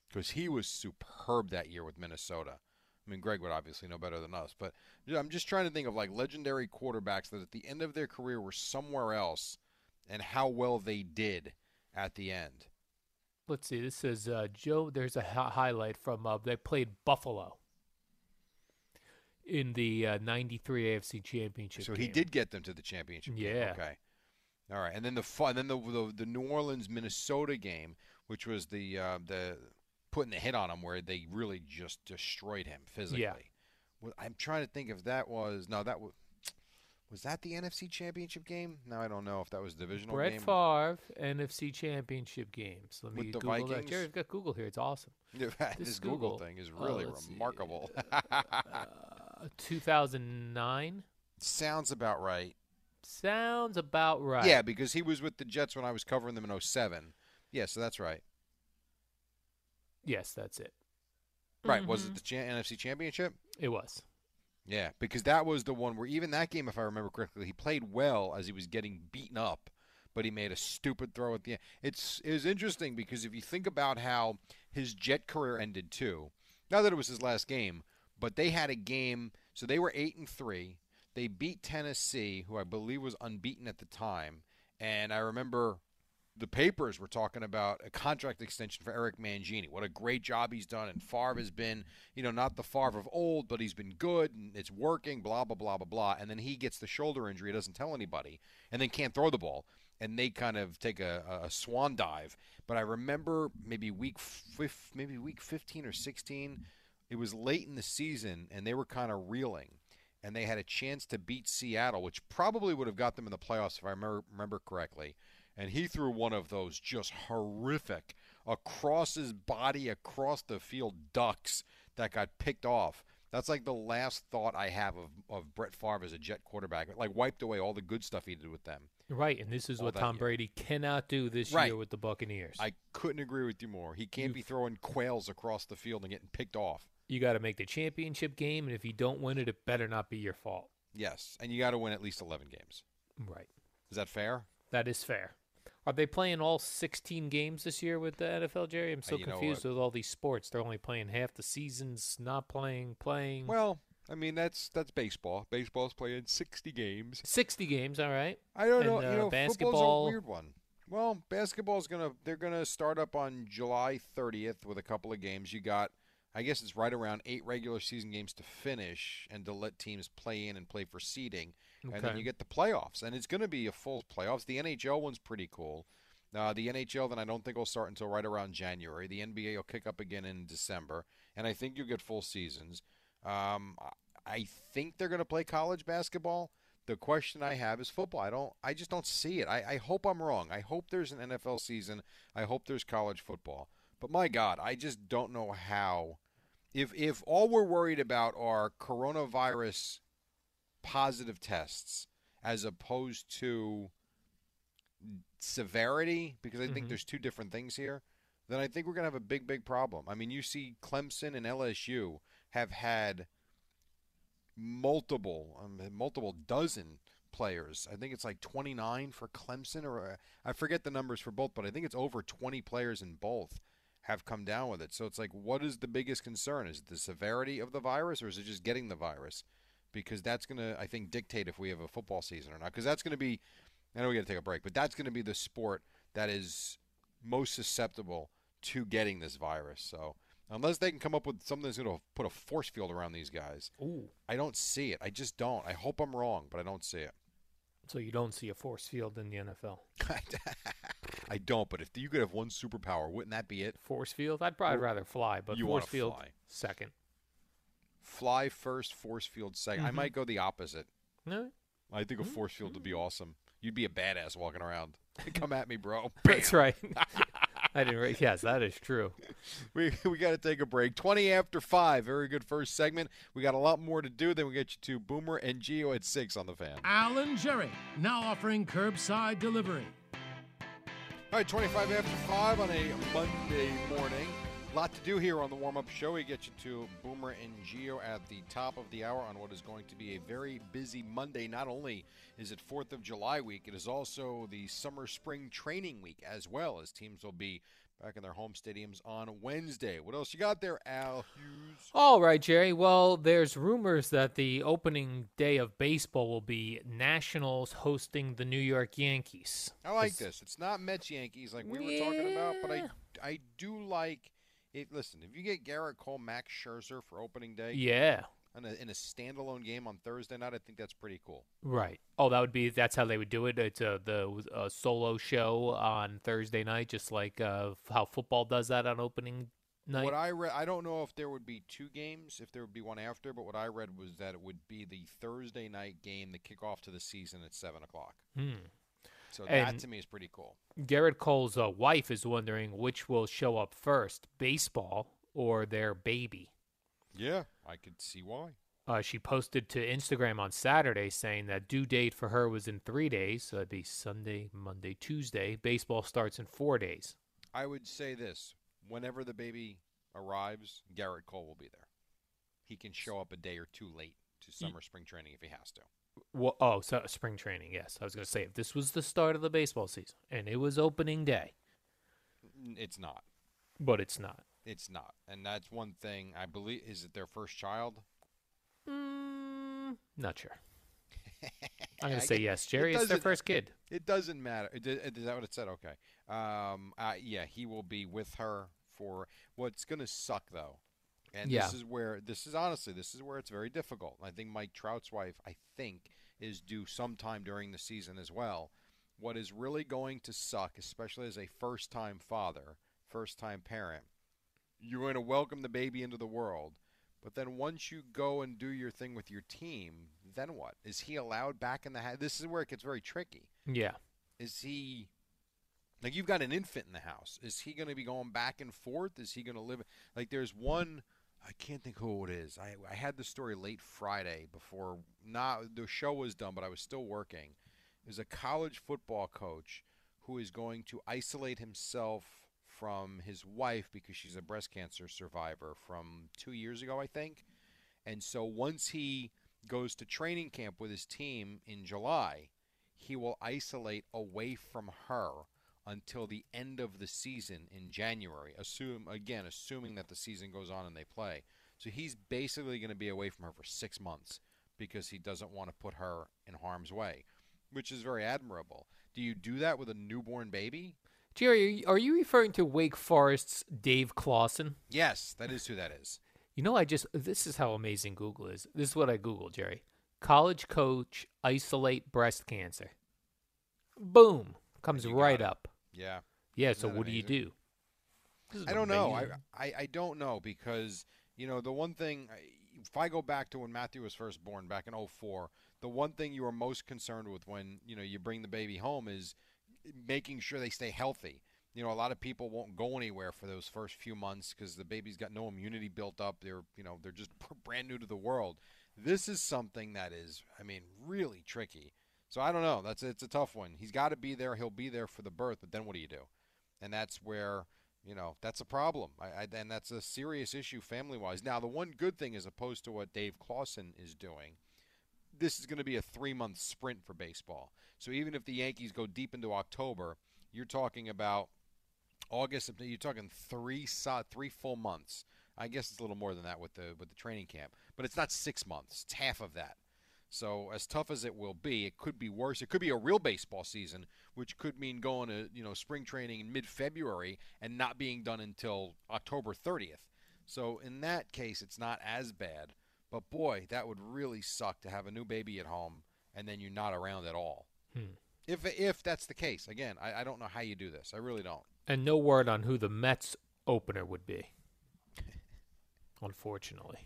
S1: Because he was superb that year with Minnesota. I mean, Greg would obviously know better than us, but yeah, I'm just trying to think of like legendary quarterbacks that at the end of their career were somewhere else and how well they did at the end.
S2: Let's see. This is uh, Joe. There's a hi- highlight from uh, they played Buffalo in the uh, '93 AFC Championship.
S1: So he
S2: game.
S1: did get them to the championship. game.
S2: Yeah.
S1: Okay. All right, and then the fun, then the, the the New Orleans Minnesota game, which was the uh, the putting the hit on him where they really just destroyed him physically. Well, I'm trying to think if that was no that was was that the NFC Championship game? No, I don't know if that was a divisional
S2: Brett
S1: game.
S2: Favre NFC Championship games. Let
S1: With
S2: me
S1: the
S2: Google that.
S1: Vikings?
S2: Jerry, I've got Google here. It's awesome.
S1: [LAUGHS] this,
S2: This
S1: Google,
S2: Google-
S1: thing is
S2: oh,
S1: really
S2: let's see. [LAUGHS]
S1: remarkable. [LAUGHS]
S2: Uh, 2009
S1: Sounds about right.
S2: sounds about right.
S1: Yeah, because he was with the Jets when I was covering them in 07. Yeah, so that's right.
S2: Yes, that's it.
S1: Right, was
S2: Mm-hmm.
S1: it the cha- NFC Championship?
S2: It was.
S1: Yeah, because that was the one where even that game, if I remember correctly, he played well as he was getting beaten up, but he made a stupid throw at the end. It's it was interesting because if you think about how his Jet career ended too, not that it was his last game, but they had a game So they were eight and three. They beat Tennessee, who I believe was unbeaten at the time. And I remember the papers were talking about a contract extension for Eric Mangini. What a great job he's done. And Favre has been, you know, not the Favre of old, but he's been good and it's working, blah, blah, blah, blah, blah. And then he gets the shoulder injury, doesn't tell anybody, and then can't throw the ball. And they kind of take a, a- a swan dive. But I remember maybe week fif- maybe week 15 or 16, it was late in the season and they were kind of reeling and they had a chance to beat Seattle, which probably would have got them in the playoffs if I remember, remember correctly. And he threw one of those just horrific across his body, across the field ducks that got picked off. That's like the last thought I have of, of Brett Favre as a Jet quarterback. It, like wiped away all the good stuff he did with them.
S2: Right, and this is
S1: All
S2: what
S1: that
S2: Tom
S1: year.
S2: Brady cannot do this
S1: Right.
S2: year with the Buccaneers.
S1: I couldn't agree with you more. He can't be throwing quails across the field and getting picked off.
S2: you got to make the championship game, and if you don't win it, it better not be your fault.
S1: Yes, and you got to win at least 11 games.
S2: Right,
S1: Is that fair?
S2: that is fair. Are they playing all 16 games this year with the NFL, Jerry? I'm so
S1: Uh, you know
S2: confused
S1: what?
S2: with all these sports. They're only playing half the seasons, not playing, playing.
S1: Well, I mean that's that's baseball. Baseball's playing sixty games.
S2: 60 games, all right.
S1: I don't
S2: And,
S1: know.
S2: uh,
S1: you know,
S2: basketball-
S1: football's a weird one. Well, basketball's gonna they're gonna start up on July thirtieth with a couple of games. You got, I guess it's right around eight regular season games to finish, and to let teams play in and play for seeding, and then
S2: Okay.
S1: you get the playoffs, and it's gonna be a full playoffs. The NHL one's pretty cool. Uh, the NHL then I don't think will start until right around January. The NBA will kick up again in December, and I think you get full seasons. Um, I- I think they're going to play college basketball. The question I have is football. I don't. I just don't see it. I, I hope I'm wrong. I hope there's an NFL season. I hope there's college football. But my God, I just don't know how. If if all we're worried about are coronavirus positive tests as opposed to severity, because I think there's two different things here, then I think we're going to have a big, big problem. I mean, you see, Clemson and LSU have had multiple, um, multiple dozen players. I think it's like 29 for Clemson, or uh, I forget the numbers for both, but I think it's over 20 players in both have come down with it. So it's like, what is the biggest concern? Is it the severity of the virus, or is it just getting the virus? Because that's going to, I think, dictate if we have a football season or not. Because that's going to be, I know we got to take a break, but that's going to be the sport that is most susceptible to getting this virus. So unless they can come up with something that's going to put a force field around these guys,
S2: Ooh.
S1: I don't see it. I just don't. I hope I'm wrong, but I don't see it. [LAUGHS]
S2: So you don't see a force field in the NFL.
S1: I don't. But if you could have one superpower, wouldn't that be it?
S2: Force field? I'd probably rather fly, but
S1: You wanna
S2: force field,
S1: fly.
S2: second.
S1: Fly first, force field 2nd I might go the opposite.
S2: [LAUGHS] No,
S1: I think a force field would be awesome. You'd be a badass walking around. [LAUGHS] Come at me, [LAUGHS] bro.
S2: that's right. [LAUGHS] I didn't. Re- yes, that is true.
S1: we we got to take a break. 20 after 5. Very good first segment. We got a lot more to do. Then we get you to Boomer and Geo at 6 on the fan.
S3: Alan Jerry, now offering curbside delivery.
S1: All right, 25 after 5 on a Monday morning. A lot to do here on the warm up show. We get you to Boomer and Geo at the top of the hour on what is going to be a very busy Monday. Not only is it 4th of July week, it is also the summer spring training week as well, as teams will be back in their home stadiums on Wednesday. What else you got there, Al Hughes?
S2: All right, Jerry. Well, there's rumors that the opening day of baseball will be Nationals hosting the New York Yankees.
S1: I like this. It's not Mets Yankees like we were talking about, but I
S2: Yeah.
S1: I do like it. Listen, if you get Garrett Cole, Max Scherzer for opening day,
S2: Yeah.
S1: in a, in a standalone game on Thursday night, I think that's pretty cool.
S2: Right. Oh, that would be that's how they would do it. It's a the a solo show on Thursday night, just like uh, how football does that on opening night.
S1: What I read, I don't know if there would be two games, if there would be one after, but what I read was that it would be the Thursday night game, the kickoff to the season at seven o'clock.
S2: Hmm.
S1: So that
S2: And-
S1: to me is pretty cool.
S2: Garrett Cole's uh, wife is wondering which will show up first, baseball or their baby.
S1: Yeah, I could see why.
S2: Uh, she posted to Instagram on Saturday saying that due date for her was in three days, so that'd be Sunday, Monday, Tuesday. Baseball starts in four days.
S1: I would say this: whenever the baby arrives, Garrett Cole will be there. He can show up a day or two late to summer spring training if he has to.
S2: Well, oh, so spring training. Yes, I was going to say if this was the start of the baseball season and it was opening day,
S1: N- It's not.
S2: but it's not.
S1: It's not, and that's one thing I believe. Is it their first child?
S2: Mm, Not sure. [LAUGHS] I'm going
S1: I
S2: to say
S1: get-
S2: yes. Jerry,
S1: it
S2: it's their
S1: doesn't-
S2: first kid.
S1: It doesn't matter. It- it- Is that what it said? Okay. Um, uh, yeah, he will be with her for what's going to suck though. And
S2: Yeah.
S1: this is where this is honestly this is where it's very difficult. I think Mike Trout's wife, I think, is due sometime during the season as well. What is really going to suck, especially as a first-time father, first-time parent, you're going to welcome the baby into the world. But then once you go and do your thing with your team, then what? Is he allowed back in the house? This is where it gets very tricky
S2: Yeah.
S1: is he like you've got an infant in the house is he going to be going back and forth is he going to live like there's one i can't think who it is i, I had the story late friday before not the show was done but i was still working there's a college football coach who is going to isolate himself from his wife because she's a breast cancer survivor from two years ago i think and so once he goes to training camp with his team in july he will isolate away from her until the end of the season in January. Assume again, assuming that the season goes on and they play. So he's basically going to be away from her for six months because he doesn't want to put her in harm's way, which is very admirable. Do you do that with a newborn baby?
S2: Jerry, are you- are you referring to Wake Forest's Dave Clawson?
S1: Yes, that is who that is.
S2: You know, I just this is how amazing Google is. This is what I googled, Jerry. College coach isolate breast cancer. Boom, comes
S1: you got
S2: right
S1: it.
S2: up.
S1: Yeah.
S2: Yeah.
S1: Isn't
S2: So
S1: that
S2: what do you
S1: amazing?
S2: do? This is
S1: I don't know. I,
S2: amazing.
S1: I, I don't know because, you know, the one thing, if I go back to when Matthew was first born back in 04, the one thing you are most concerned with when, you know, you bring the baby home is making sure they stay healthy. You know, a lot of people won't go anywhere for those first few months because the baby's got no immunity built up. They're, you know, they're just [LAUGHS] brand new to the world. This is something that is, I mean, really tricky. So I don't know. That's it's a tough one. He's got to be there. He'll be there for the birth, but then what do you do? and that's where you know that's a problem I, I, and that's a serious issue family wise now the one good thing as opposed to what dave clausen is doing this is going to be a three month sprint for baseball so even if the yankees go deep into october you're talking about august September- you're talking three so- three full months i guess it's a little more than that with the with the training camp but it's not six months it's half of that so as tough as it will be, it could be worse. It could be a real baseball season, which could mean going to you know spring training in mid-February and not being done until October 30th. So in that case, it's not as bad. But boy, that would really suck to have a new baby at home and then you're not around at all. If if that's the case, again, I, I don't know how you do this. I really don't. [LAUGHS]
S2: And no word on who the Mets opener would be. [LAUGHS] Unfortunately,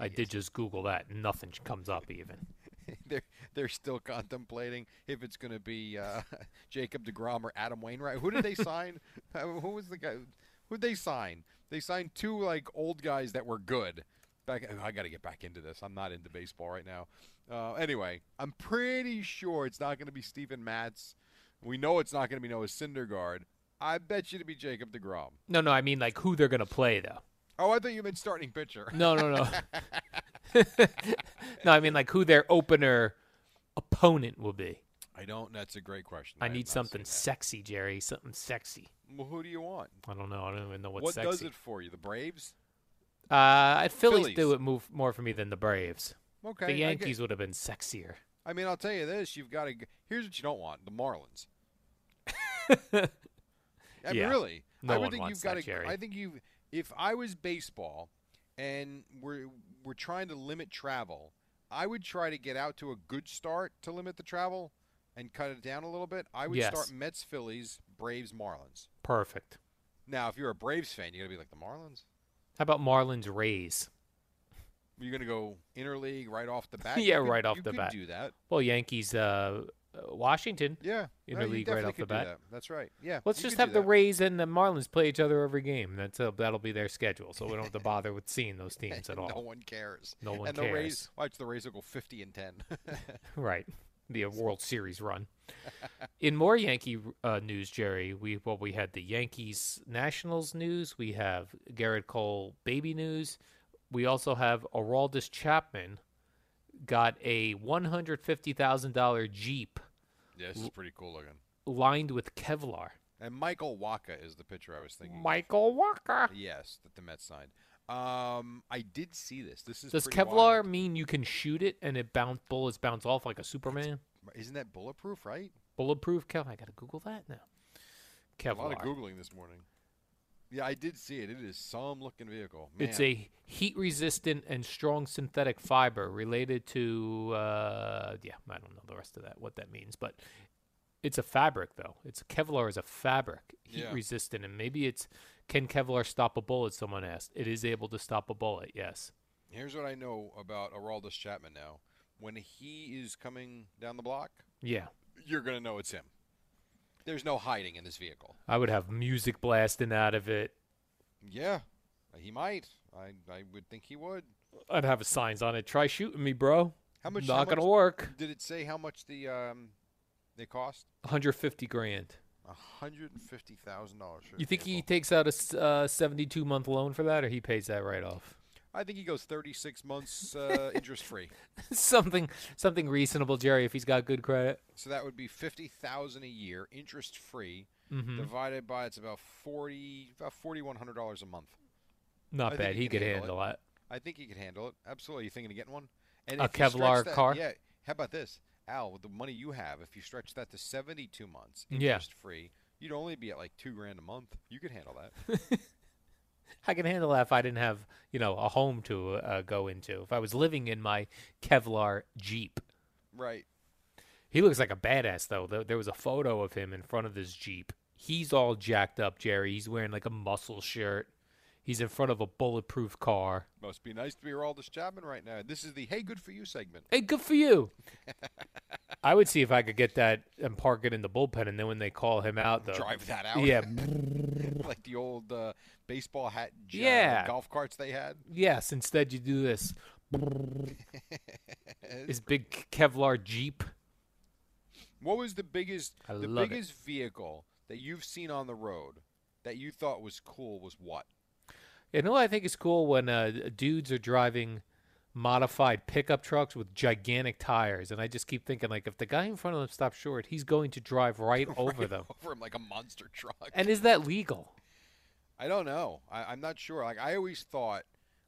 S2: I did just Google that. and Nothing comes up even.
S1: [LAUGHS] they're they're still contemplating if it's going to be uh, [LAUGHS] Jacob Degrom or Adam Wainwright. Who [LAUGHS] did they sign? Uh, Who was the guy? Who did they sign? They signed two like old guys that were good. Back, I got to get back into this. I'm not into baseball right now. Uh, anyway, I'm pretty sure it's not going to be Steven Matz. We know it's not going to be Noah Syndergaard. I bet you to be Jacob Degrom.
S2: No, no, I mean like who they're gonna play though.
S1: Oh, I thought you meant starting pitcher.
S2: No, no, no. [LAUGHS] no, I mean like who their opener opponent will be.
S1: I don't. That's a great question.
S2: I
S1: have
S2: need
S1: not
S2: something
S1: seen
S2: sexy, Jerry. Something sexy.
S1: that. Well, who do you want?
S2: I don't know. I don't even know what's
S1: what
S2: sexy.
S1: does it for you? The Braves.
S2: Uh, at Phillies, they
S1: Phillies.
S2: would move more for me than the Braves.
S1: Okay.
S2: the
S1: I get-
S2: Yankees would have been sexier.
S1: I mean, I'll tell you this: you've got to. Here's what you don't want:
S2: [LAUGHS]
S1: the Marlins. I mean,
S2: Yeah.
S1: really,
S2: No
S1: I would
S2: one
S1: think
S2: wants
S1: you've got
S2: that,
S1: to.
S2: Jerry.
S1: I think you. If I was baseball, and we're we're trying to limit travel, I would try to get out to a good start to limit the travel and cut it down a little bit. I would
S2: Yes.
S1: start Mets, Phillies, Braves, Marlins.
S2: Perfect.
S1: Now, if you're a Braves fan, you're gonna be like the Marlins.
S2: How about Marlins Rays?
S1: You're gonna go interleague right off
S2: [LAUGHS]
S1: the bat.
S2: Yeah,
S1: You could-
S2: right off
S1: you
S2: the
S1: could
S2: bat.
S1: Do that.
S2: Well, Yankees uh, uh, Washington.
S1: Yeah, no, you
S2: Interleague right
S1: definitely
S2: off the
S1: could do
S2: bat.
S1: that. That's right. Yeah.
S2: Let's
S1: you
S2: just
S1: could do
S2: have the
S1: that.
S2: Rays and the Marlins play each other every game. That's uh that'll be their schedule, so we don't have to bother with seeing
S1: [LAUGHS]
S2: those teams at all. [LAUGHS]
S1: No one cares.
S2: No one
S1: and the Rays,
S2: cares.
S1: watch the Rays will go 50 and [LAUGHS] 10.
S2: Right. The uh, World Series run. In more Yankee uh, news, Jerry, we well we had the Yankees Nationals news. We have Garrett Cole baby news. We also have Araldus Chapman got a one hundred fifty thousand dollar Jeep
S1: yeah, this is pretty cool looking.
S2: lined with Kevlar.
S1: And Michael Waka is the pitcher I was thinking. of.
S2: Michael Walker.
S1: Yes, that the Mets signed. Um, I did see this. This is
S2: Does
S1: pretty
S2: Kevlar
S1: wild.
S2: mean you can shoot it and it bounce bullets bounce off like a Superman?
S1: Isn't that bulletproof? Right.
S2: Bulletproof Kevlar. I gotta Google that now. Kevlar.
S1: A lot of googling this morning. Yeah, I did see it. It is some looking vehicle. Man.
S2: It's a heat resistant and strong synthetic fiber related to uh, yeah, I don't know the rest of that what that means, but it's a fabric though. It's Kevlar is a fabric, heat
S1: Yeah.
S2: resistant, and maybe it's can Kevlar stop a bullet? Someone asked. It is able to stop a bullet. Yes.
S1: Here's what I know about Araldus Chapman now. When he is coming down the block,
S2: Yeah.
S1: you're gonna know it's him. There's no hiding in this vehicle.
S2: I would have music blasting out of it.
S1: Yeah, he might. I I would think he would.
S2: I'd have signs on it. Try shooting me, bro.
S1: How much?
S2: Not
S1: how
S2: gonna
S1: much-
S2: work.
S1: Did it say how much the um they cost?
S2: 150 grand.
S1: A hundred and fifty thousand dollars.
S2: You think he takes out a s- uh, 72 month loan for that, or he pays that right off? [LAUGHS]
S1: I think he goes thirty-six months uh, interest free.
S2: something something reasonable, Jerry, if he's got good credit.
S1: So that would be fifty thousand a year, interest free,
S2: Hmm. Mm-hmm.
S1: divided by it's about forty about forty one hundred dollars a month. I
S2: Not
S1: think
S2: bad.
S1: he
S2: He
S1: can
S2: could
S1: handle
S2: handle,
S1: it.
S2: that.
S1: I think he could handle it. Absolutely. You thinking of getting one? And
S2: A
S1: if you stretch
S2: Kevlar
S1: that-
S2: car?
S1: Yeah. How about this, Al? With the money you have, if you stretch that to seventy-two months,
S2: Yeah.
S1: interest free, you'd only be at like two grand a month. You could handle that.
S2: I could handle that if I didn't have, you know, a home to uh, go into. If I was living in my Kevlar Jeep.
S1: right.
S2: He looks like a badass though. There, there was a photo of him in front of his Jeep. He's all jacked up, Jerry. He's wearing like a muscle shirt. He's in front of a bulletproof car.
S1: Must be nice to be Aldous Chapman right now. This is the "Hey, good for you" segment.
S2: Hey, good for you. I would see if I could get that and park it in the bullpen, and then when they call him out, though,
S1: Drive that out.
S2: Yeah,
S1: [LAUGHS] like the old uh, baseball hat. j- uh,
S2: Yeah.
S1: golf carts they had.
S2: Yes, instead you do this. His big Kevlar Jeep.
S1: What was the biggest
S2: I
S1: the
S2: love it.
S1: biggest vehicle that you've seen on the road that you thought was cool was what? [LAUGHS]
S2: You know what I think is cool when uh, dudes are driving modified pickup trucks with gigantic tires, and I just keep thinking like, if the guy in front of them stops short, he's going to drive [LAUGHS] right over them.
S1: Over him like a monster truck.
S2: And is that legal?
S1: I don't know. I, I'm not sure. Like I always thought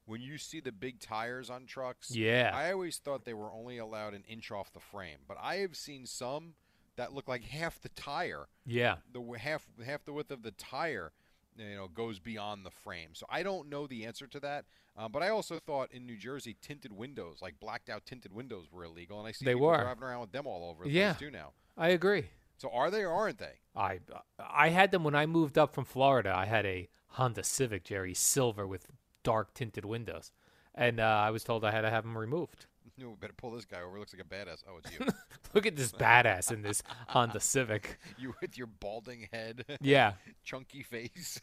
S1: when you see the big tires on trucks,
S2: Yeah.
S1: I always thought they were only allowed an inch off the frame. But I have seen some that look like half the tire,
S2: Yeah.
S1: the w- half half the width of the tire, you know, goes beyond the frame. So I don't know the answer to that. Um, but I also thought in New Jersey, tinted windows, like blacked out tinted windows, were illegal, and I see
S2: They
S1: people
S2: were.
S1: driving around with them all over the place
S2: Yeah.
S1: too now.
S2: I agree.
S1: So are they or aren't they? [LAUGHS]
S2: I I had them when I moved up from Florida. I had a Honda Civic, Jerry, silver with dark tinted windows, and uh, I was told I had to have them removed. [LAUGHS]
S1: No, we better pull this guy over. Looks like a badass. Oh, it's you.
S2: Look at this badass in this Honda Civic.
S1: you with your balding head. [LAUGHS]
S2: Yeah.
S1: chunky face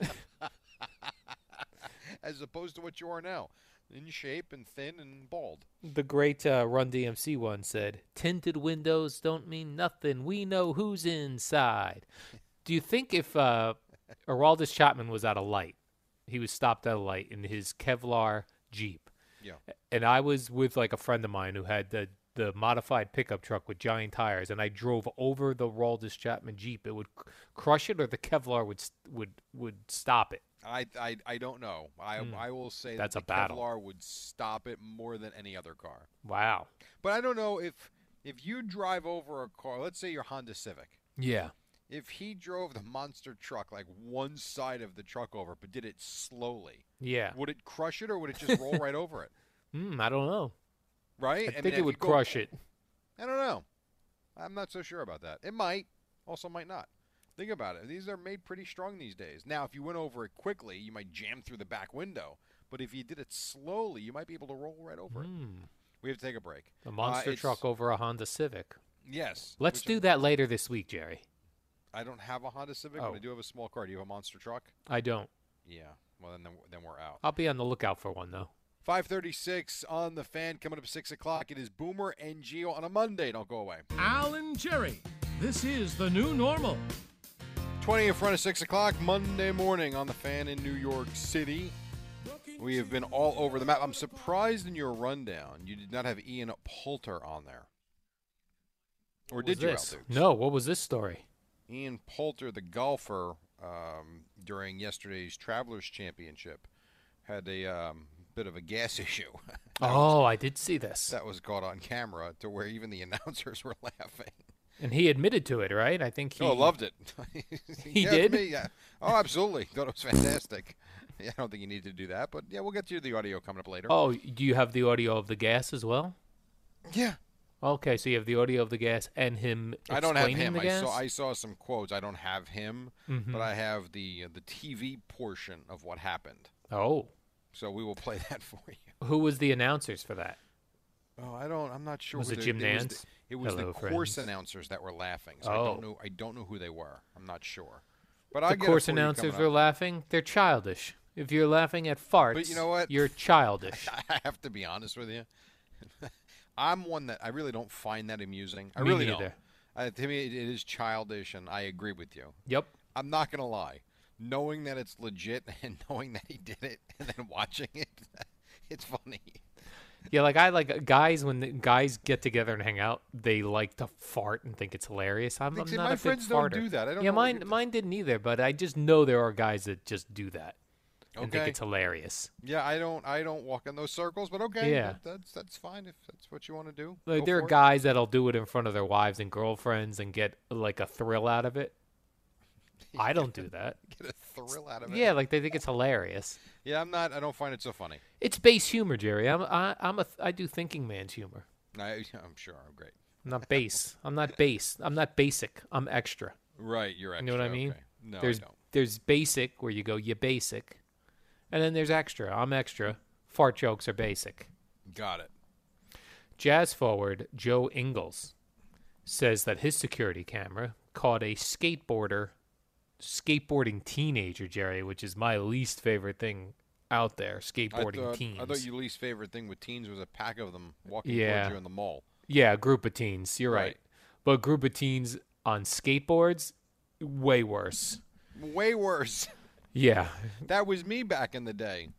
S1: [LAUGHS] as opposed to what you are now in shape and thin and bald
S2: The great uh, Run DMC one said, Tinted windows don't mean nothing. We know who's inside. Do you think if uh, Araldus Chapman was at a light, he was stopped at a light in his Kevlar Jeep,
S1: yeah
S2: and I was with like a friend of mine who had the the modified pickup truck with giant tires, and I drove over the Raldus Chapman Jeep, it would c- crush it, or the Kevlar would s- would would stop it.
S1: i i, I don't know i i will say
S2: Hmm. That's
S1: that
S2: a
S1: the
S2: battle.
S1: Kevlar would stop it more than any other car
S2: Wow.
S1: but i don't know if if you drive over a car let's say your honda civic
S2: Yeah.
S1: if he drove the monster truck like one side of the truck over but did it slowly
S2: Yeah.
S1: would it crush it or would it just roll right
S2: [LAUGHS]
S1: over it
S2: Hmm, I don't know.
S1: right
S2: I
S1: mean,
S2: think
S1: if
S2: it
S1: you
S2: would
S1: go-
S2: crush it.
S1: I don't know. I'm not so sure about that. It might, also might not. Think about it. These are made pretty strong these days. Now, if you went over it quickly, you might jam through the back window. But if you did it slowly, you might be able to roll right over it.
S2: Hmm.
S1: We have to take a break.
S2: A
S1: Uh,
S2: monster
S1: it's-
S2: truck over a Honda Civic.
S1: Yes.
S2: Let's
S1: which
S2: do that later this week, Jerry.
S1: I don't have a Honda Civic,
S2: Oh.
S1: but I do have a small car. Do you have a monster truck?
S2: I don't.
S1: Yeah. Well, then then we're out.
S2: I'll be on the lookout for one though.
S1: 5:36 on the fan coming up six o'clock. It is Boomer and Geo on a Monday. Don't go away.
S3: Alan Jerry, this is the new normal.
S1: 20 in front of 6 o'clock Monday morning on the fan in New York City. We have been all over the map. I'm surprised in your rundown you did not have Ian Poulter on there. Or
S2: What
S1: did
S2: was
S1: you, Al
S2: this?
S1: Dukes?
S2: No. What was this story?
S1: Ian Poulter, the golfer, um, during yesterday's Travelers Championship, had a um, bit of a gas [LAUGHS] issue. That was-
S2: Oh, I did see this.
S1: that was caught on camera to where even the announcers were [LAUGHS] laughing.
S2: And he admitted to it, right? I think he
S1: oh, loved [LAUGHS] it.
S2: He
S1: Yeah,
S2: did?
S1: Me, yeah. Oh, absolutely. [LAUGHS] Thought it was fantastic. Yeah, I don't think you need to do that, but yeah, we'll get you the audio coming up later.
S2: Oh, do you have the audio of the gas as well?
S1: yeah.
S2: Okay, so you have the audio of the gas and him explaining
S1: I don't have him.
S2: the
S1: I Mm-hmm.
S2: gas.
S1: saw I saw some quotes. I don't have him, but I have the the TV portion of what happened.
S2: Oh,
S1: So we will play [LAUGHS] that for you.
S2: who was the announcers for that?
S1: Oh, I don't. I'm not sure.
S2: Was
S1: who
S2: it
S1: the-
S2: Jim
S1: was
S2: Nance?
S1: the- It was
S2: Hello,
S1: the course
S2: friends.
S1: announcers that were laughing. So I
S2: Oh.
S1: don't know. I don't know who they were. I'm not sure. But
S2: the
S1: I
S2: course announcers are laughing. They're childish. If you're laughing at farts,
S1: you know what?
S2: You're
S1: [LAUGHS]
S2: childish.
S1: I have to be honest with you. [LAUGHS] I'm one that I really don't find that amusing. I
S2: Me
S1: really
S2: neither.
S1: don't. Uh, to me, it, it is childish, and I agree with you.
S2: yep.
S1: I'm not gonna lie. Knowing that it's legit [LAUGHS] and knowing that he did it, and then watching it, [LAUGHS] it's funny.
S2: Yeah, like I like guys when the guys get together and hang out, they like to fart and think it's hilarious. I'm,
S1: Like,
S2: I'm
S1: see,
S2: not
S1: my
S2: a big
S1: friends don't
S2: farter.
S1: do that. I don't
S2: yeah,
S1: know what
S2: mine
S1: it is.
S2: mine didn't either, but I just know there are guys that just do that and think
S1: Okay.
S2: it's hilarious.
S1: Yeah, I don't, I don't walk in those circles, but okay,
S2: Yeah.
S1: that- that's that's fine if that's what you want to do.
S2: Like
S1: go
S2: there are
S1: for it.
S2: guys that'll do it in front of their wives and girlfriends and get like a thrill out of
S1: [LAUGHS]
S2: it. I don't do that.
S1: get a thrill out of it.
S2: Yeah, like they think it's hilarious.
S1: yeah, I'm not. I don't find it so funny.
S2: It's base humor, Jerry. I'm I, I'm a I do thinking man's humor.
S1: I, [LAUGHS] I'm sure I'm great.
S2: I'm
S1: [LAUGHS]
S2: not base. I'm not base. I'm not basic. I'm extra.
S1: Right, you're.
S2: You
S1: Extra,
S2: know what I mean?
S1: okay. No,
S2: there's
S1: I don't.
S2: there's basic where you go, you basic, and then there's extra. I'm extra. Fart jokes are basic.
S1: Got it.
S2: Jazz forward Joe Ingles says that his security camera caught a skateboarder, skateboarding teenager Jerry, which is my least favorite thing out there.
S1: I
S2: Skateboarding
S1: thought,
S2: teens.
S1: I thought your least favorite thing with teens was a pack of them walking
S2: Yeah.
S1: towards you in the mall.
S2: Yeah, a group of teens. You're right.
S1: Right.
S2: But a group of teens on skateboards, way worse.
S1: Way worse. [LAUGHS]
S2: Yeah.
S1: That was me back in the day.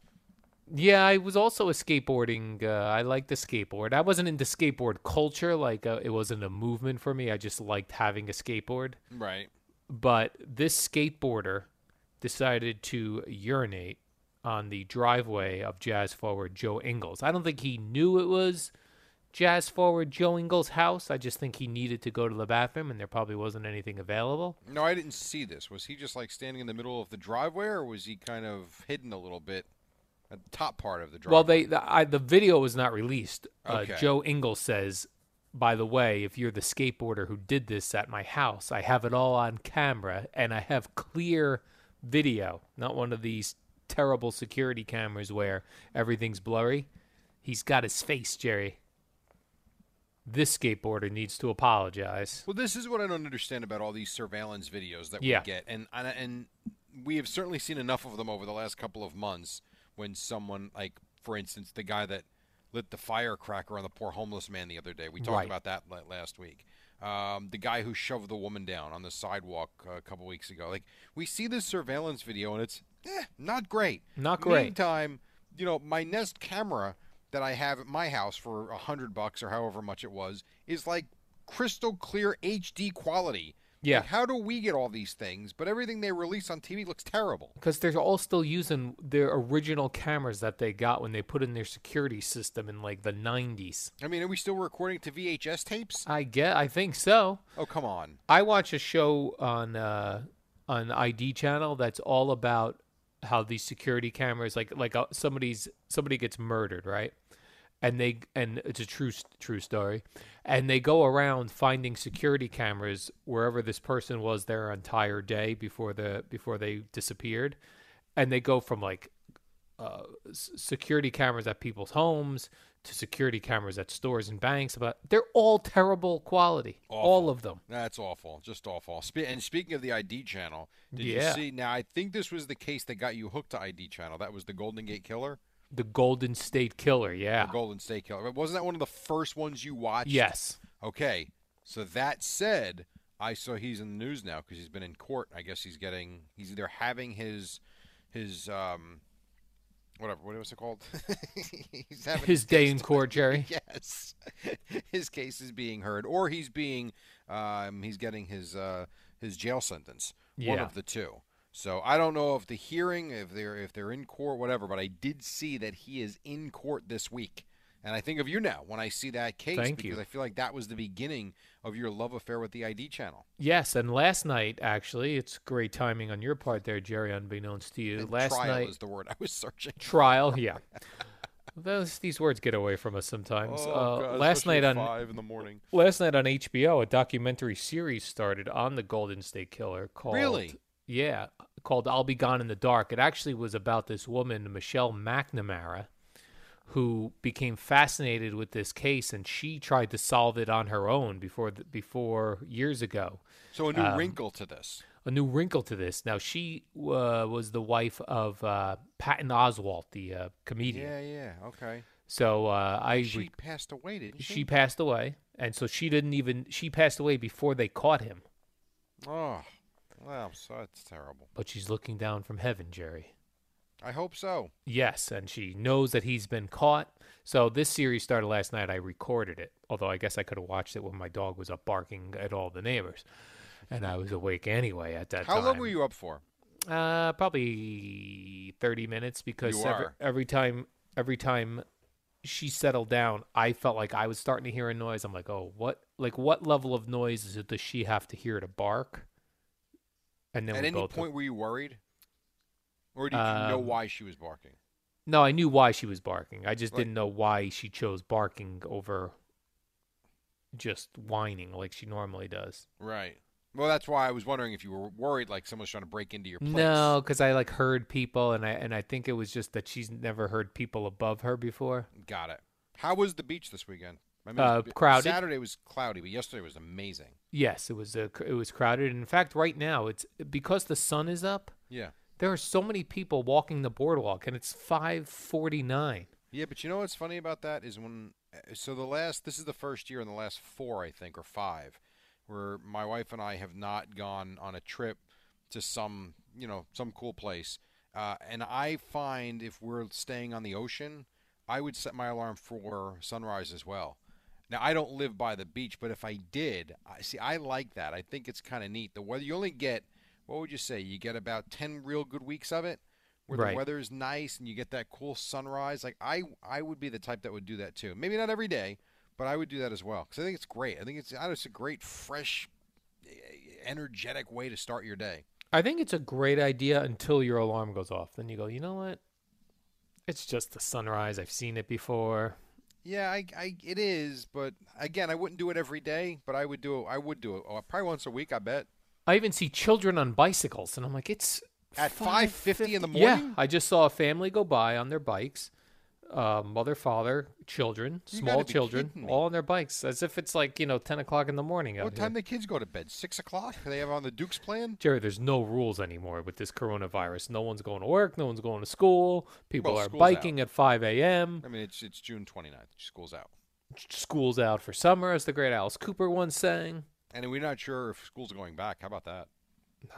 S2: Yeah, I was also a skateboarding. Uh, I liked the skateboard. I wasn't into skateboard culture. Like, uh, it wasn't a movement for me. I just liked having a skateboard.
S1: Right.
S2: But this skateboarder decided to urinate on the driveway of jazz forward Joe Ingles. I don't think he knew it was jazz forward Joe Ingles' house. I just think he needed to go to the bathroom and there probably wasn't anything available.
S1: No, I didn't see this. Was he just like standing in the middle of the driveway, or was he kind of hidden a little bit at the top part of the driveway?
S2: Well, they the, I, the video was not released. Uh,
S1: Okay.
S2: Joe Ingles says, "By the way, if you're the skateboarder who did this at my house, I have it all on camera, and I have clear video. Not one of these terrible security cameras where everything's blurry. He's got his face, Jerry. This skateboarder needs to apologize.
S1: Well, this is what I don't understand about all these surveillance videos that
S2: Yeah.
S1: we get, and, and and we have certainly seen enough of them over the last couple of months. When someone like, for instance, the guy that lit the firecracker on the poor homeless man the other day, we talked
S2: Right.
S1: about that la- last week. Um, the guy who shoved the woman down on the sidewalk uh, a couple weeks ago. Like we see this surveillance video, and it's eh, not great.
S2: Not great.
S1: Meantime, you know, my Nest camera that I have at my house for a hundred bucks or however much it was is like crystal clear HD quality.
S2: Yeah.
S1: Like, how do we get all these things? But everything they release on TV looks terrible.
S2: Because they're all still using their original cameras that they got when they put in their security system in like the 90s.
S1: I mean, are we still recording to VHS tapes?
S2: I get, I think so.
S1: Oh, come on.
S2: I watch a show on uh, on ID channel that's all about how these security cameras, like like uh, somebody's somebody gets murdered, right? And they and it's a true s- true story, and they go around finding security cameras wherever this person was their entire day before the before they disappeared, and they go from like uh, s- security cameras at people's homes to security cameras at stores and banks. But they're all terrible quality, all
S1: Awful.
S2: of them.
S1: That's awful. Just awful. Spe- and speaking of the ID channel, did
S2: Yeah.
S1: you see? Now, I think this was the case that got you hooked to ID channel. That was the Golden Gate Killer.
S2: The Golden State Killer, yeah.
S1: The Golden State Killer. But Wasn't that one of the first ones you watched?
S2: yes.
S1: Okay. So that said, I saw he's in the news now because he's been in court. I guess he's getting he's either having his his um whatever what was it called? [LAUGHS] he's having
S2: His day
S1: case
S2: in
S1: [LAUGHS]
S2: court, Jerry.
S1: Yes, [LAUGHS] his case is being heard, or he's being um he's getting his uh his jail sentence. One
S2: Yeah.
S1: of the two. So I don't know if the hearing, if they're if they're in court, whatever. But I did see that he is in court this week, and I think of you now when I see that case
S2: Thank
S1: because
S2: you.
S1: I feel like that was the beginning of your love affair with the ID channel.
S2: Yes, and last night actually, it's great timing on your part there, Jerry, unbeknownst to you.
S1: And
S2: last
S1: trial
S2: night
S1: is the word I was [LAUGHS] searching.
S2: trial, yeah. [LAUGHS] Those these words get away from us sometimes. uh, last night on
S1: five in Oh, the morning.
S2: last night on HBO, a documentary series started on the Golden State Killer called
S1: Really?
S2: Yeah, called I'll Be Gone in the Dark. It actually was about this woman, Michelle McNamara, who became fascinated with this case and she tried to solve it on her own before the, before years ago.
S1: So a new
S2: Um,
S1: wrinkle to this.
S2: A new wrinkle to this. Now she uh, was the wife of uh, Patton Oswalt, the uh, comedian.
S1: Yeah, yeah, okay.
S2: So uh, I
S1: She
S2: re-
S1: passed away, didn't she?
S2: she passed away, and so she didn't even she passed away before they caught him.
S1: Oh, well, so that's terrible.
S2: But she's looking down from heaven, Jerry.
S1: I hope so.
S2: Yes, and she knows that he's been caught. So this series started last night. I recorded it, although I guess I could have watched it when my dog was up barking at all the neighbors, and I was awake anyway at that
S1: How
S2: time.
S1: long were you up for?
S2: Uh, probably thirty minutes because
S1: You
S2: every,
S1: are.
S2: every time, every time she settled down, I felt like I was starting to hear a noise. I'm like, oh, what? Like, what level of noise is it, does she have to hear to bark? And then
S1: At
S2: we
S1: any
S2: both
S1: point, were you worried, or did you know
S2: Um,
S1: why she was barking?
S2: no, I knew why she was barking. I just
S1: Right.
S2: didn't know why she chose barking over just whining like she normally does.
S1: Right. Well, that's why I was wondering if you were worried, like someone's trying to break into your place.
S2: No, because I like heard people, and I and I think it was just that she's never heard people above her before.
S1: Got it. How was the beach this weekend? I mean, it
S2: Uh,
S1: was-
S2: crowded.
S1: Saturday was cloudy, but yesterday was amazing.
S2: Yes, it was uh, cr- it was crowded. In fact, right now it's because the sun is up.
S1: Yeah.
S2: There are so many people walking the boardwalk, and it's five forty nine.
S1: Yeah, but you know what's funny about that is when uh, so the last this is the first year in the last four I think or five where my wife and I have not gone on a trip to some you know some cool place, uh, and I find if we're staying on the ocean, I would set my alarm for sunrise as well. Now I don't live by the beach, but if I did, I see I like that. I think it's kind of neat. The weather you only get what would you say you get about ten real good weeks of it where
S2: Right.
S1: the weather's nice and you get that cool sunrise. Like I, I would be the type that would do that too. Maybe not every day, but I would do that as well because I think it's great. I think it's I- it's a great, fresh, eh, energetic way to start your day.
S2: I think it's a great idea until your alarm goes off. Then you go, you know what? It's just the sunrise. I've seen it before.
S1: Yeah, I, I, it is, but again, I wouldn't do it every day, but I would do it. I would do it oh, probably once a week. I bet.
S2: I even see children on bicycles, and I'm like, it's
S1: At 5:50 in the
S2: 5:50. Yeah,
S1: morning?
S2: I just saw a family go by on their bikes, uh, mother, father, children,
S1: You
S2: small
S1: gotta be
S2: children,
S1: kidding me.
S2: all on their bikes, as if it's like you know ten o'clock in the morning. out
S1: what
S2: here.
S1: time the kids go to bed? Six o'clock? They have on the Duke's plan.
S2: Jerry, there's no rules anymore with this coronavirus. No one's going to work. No one's going to school. People
S1: Well,
S2: are
S1: school's
S2: biking at 5 a.m.
S1: I mean, it's it's June 29th. School's out,
S2: School's out for summer, as the great Alice Cooper once sang.
S1: and we're not sure if school's going back. How about that?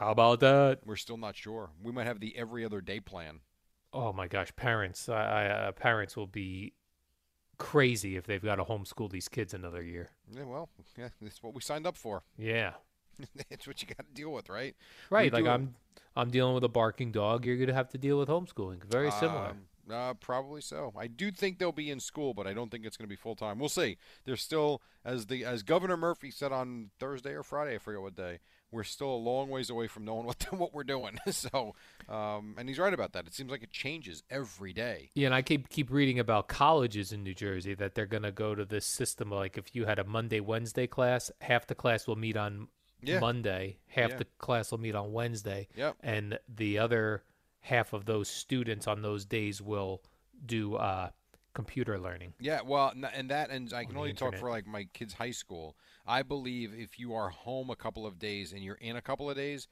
S2: How about that?
S1: We're still not sure. We might have the every other day plan.
S2: Oh my gosh, parents! I, I, uh, parents will be crazy if they've got to homeschool these kids another year.
S1: Yeah, well, yeah, [LAUGHS] that's what we signed up for. [LAUGHS]
S2: Yeah,
S1: it's what you got to deal with, right?
S2: right.
S1: We
S2: Like
S1: do-
S2: I'm, I'm dealing with a barking dog. You're gonna have to deal with homeschooling. Very similar.
S1: Um, uh, probably so. I do think they'll be in school, but I don't think it's going to be full time. We'll see. They're still, as the as Governor Murphy said on Thursday or Friday, I forget what day. We're still a long ways away from knowing [LAUGHS] what what we're doing. so, um, and he's right about that. It seems like it changes every day.
S2: Yeah, and I keep keep reading about colleges in New Jersey that they're gonna go to this system like if you had a Monday Wednesday class, half the class will meet on
S1: Yeah.
S2: Monday, half
S1: Yeah.
S2: the class will meet on Wednesday,
S1: Yep.
S2: and the other half of those students on those days will do uh, computer learning.
S1: Yeah, well, n- and that, and I can
S2: the
S1: only talk
S2: internet.
S1: for like my kids' high school. I believe if you are home a couple of days and you're in a couple of days,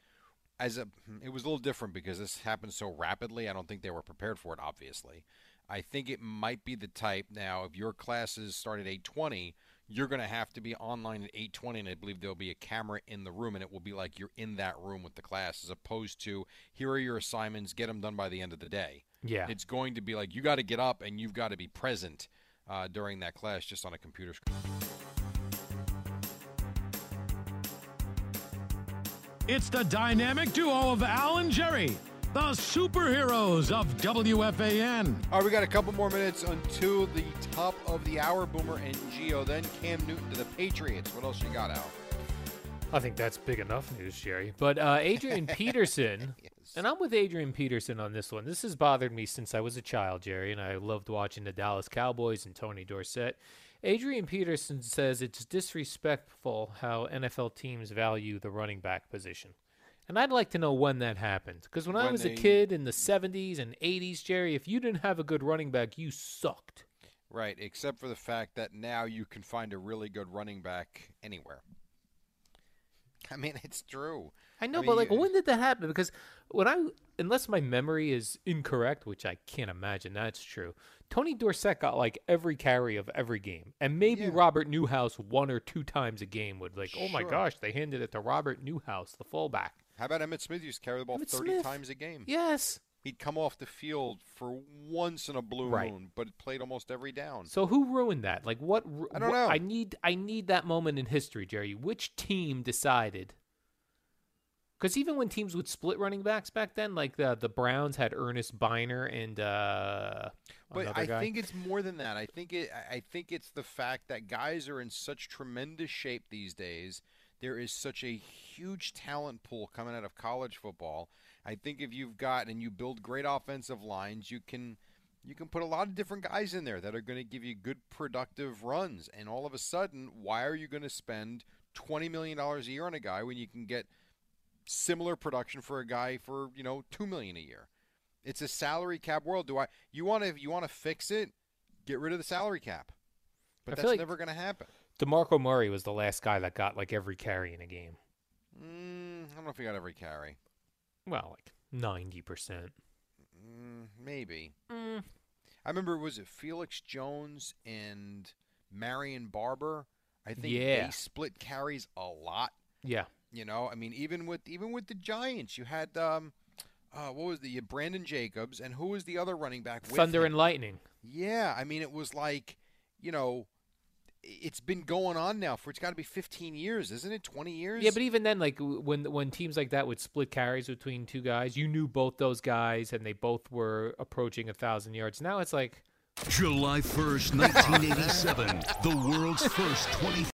S1: as a, hmm, it was a little different because this happened so rapidly. I don't think they were prepared for it. Obviously, I think it might be the type now. If your classes start at eight twenty, you're going to have to be online at eight twenty, and I believe there'll be a camera in the room, and it will be like you're in that room with the class, as opposed to here are your assignments, get them done by the end of the day
S2: Yeah,
S1: it's going to be like you got to get up and you've got to be present uh, during that class just on a computer screen.
S3: It's the dynamic duo of Al and Jerry, the superheroes of WFAN.
S1: All right, we got a couple more minutes until the top of the hour. Boomer and Geo, then Cam Newton to the Patriots. What else you got, Al?
S2: I think that's big enough news, Jerry. But [LAUGHS] uh, Adrian Peterson, and I'm with Adrian Peterson on this one. This has bothered me since I was a child, Jerry, and I loved watching the Dallas Cowboys and Tony Dorsett. Adrian Peterson says it's disrespectful how NFL teams value the running back position. And I'd like to know when that happened. Because when, I
S1: When
S2: was
S1: they-
S2: a kid in the 70s and 80s, Jerry, if you didn't have a good running back, you sucked.
S1: Right, except for the fact that now you can find a really good running back anywhere. [LAUGHS] I mean, it's true.
S2: I know,
S1: mean,
S2: but like,
S1: you-
S2: when did that happen? Because when I, unless my memory is incorrect, which I can't imagine that's true, Tony Dorsett got like every carry of every game, and maybe
S1: Yeah.
S2: Robert Newhouse one or two times a game would like, oh my
S1: Sure.
S2: gosh, they handed it to Robert Newhouse, the fullback.
S1: How about Emmett Smith used to carry the ball
S2: Emmitt
S1: 30
S2: Smith.
S1: times a game?
S2: Yes.
S1: He'd come off the field for once in a blue
S2: Right.
S1: moon, but played almost every down.
S2: So who ruined that? Like what? ru-
S1: I don't
S2: what-
S1: know.
S2: I need I need that moment in history, Jerry. Which team decided? Because even when teams would split running backs back then, like uh, the the Browns had Ernest Biner and uh,
S1: But
S2: another
S1: I
S2: guy.
S1: think it's more than that. I think it. I- I think it's the fact that guys are in such tremendous shape these days. There is such a huge talent pool coming out of college football. I think if you've got and you build great offensive lines, you can you can put a lot of different guys in there that are going to give you good productive runs. And all of a sudden, why are you going to spend twenty million dollars a year on a guy when you can get similar production for a guy for you know two million a year? It's a salary cap world. Do I? You want to? You want to fix it? Get rid of the salary cap. But
S2: I feel
S1: that's
S2: like-
S1: never going to happen.
S2: Demarco Murray was the last guy that got like every carry in a game.
S1: Mm, I don't know if he got every carry.
S2: Well, like ninety percent.
S1: Mm, maybe. I remember was it Felix Jones and Marion Barber? I think
S2: Yeah.
S1: they split carries a lot.
S2: Yeah,
S1: You know, I mean, even with even with the Giants, you had um, uh, what was the you had Brandon Jacobs and who was the other running back? With
S2: thunder
S1: him?
S2: and lightning.
S1: Yeah, I mean, it was like, you know, i- it's been going on now for it's got to be 15 years, isn't it? 20 years?
S2: Yeah, but even then, like w- when when teams like that would split carries between two guys, you knew both those guys, and they both were approaching a thousand yards. Now it's like
S4: July 1st, 1987, the world's first 20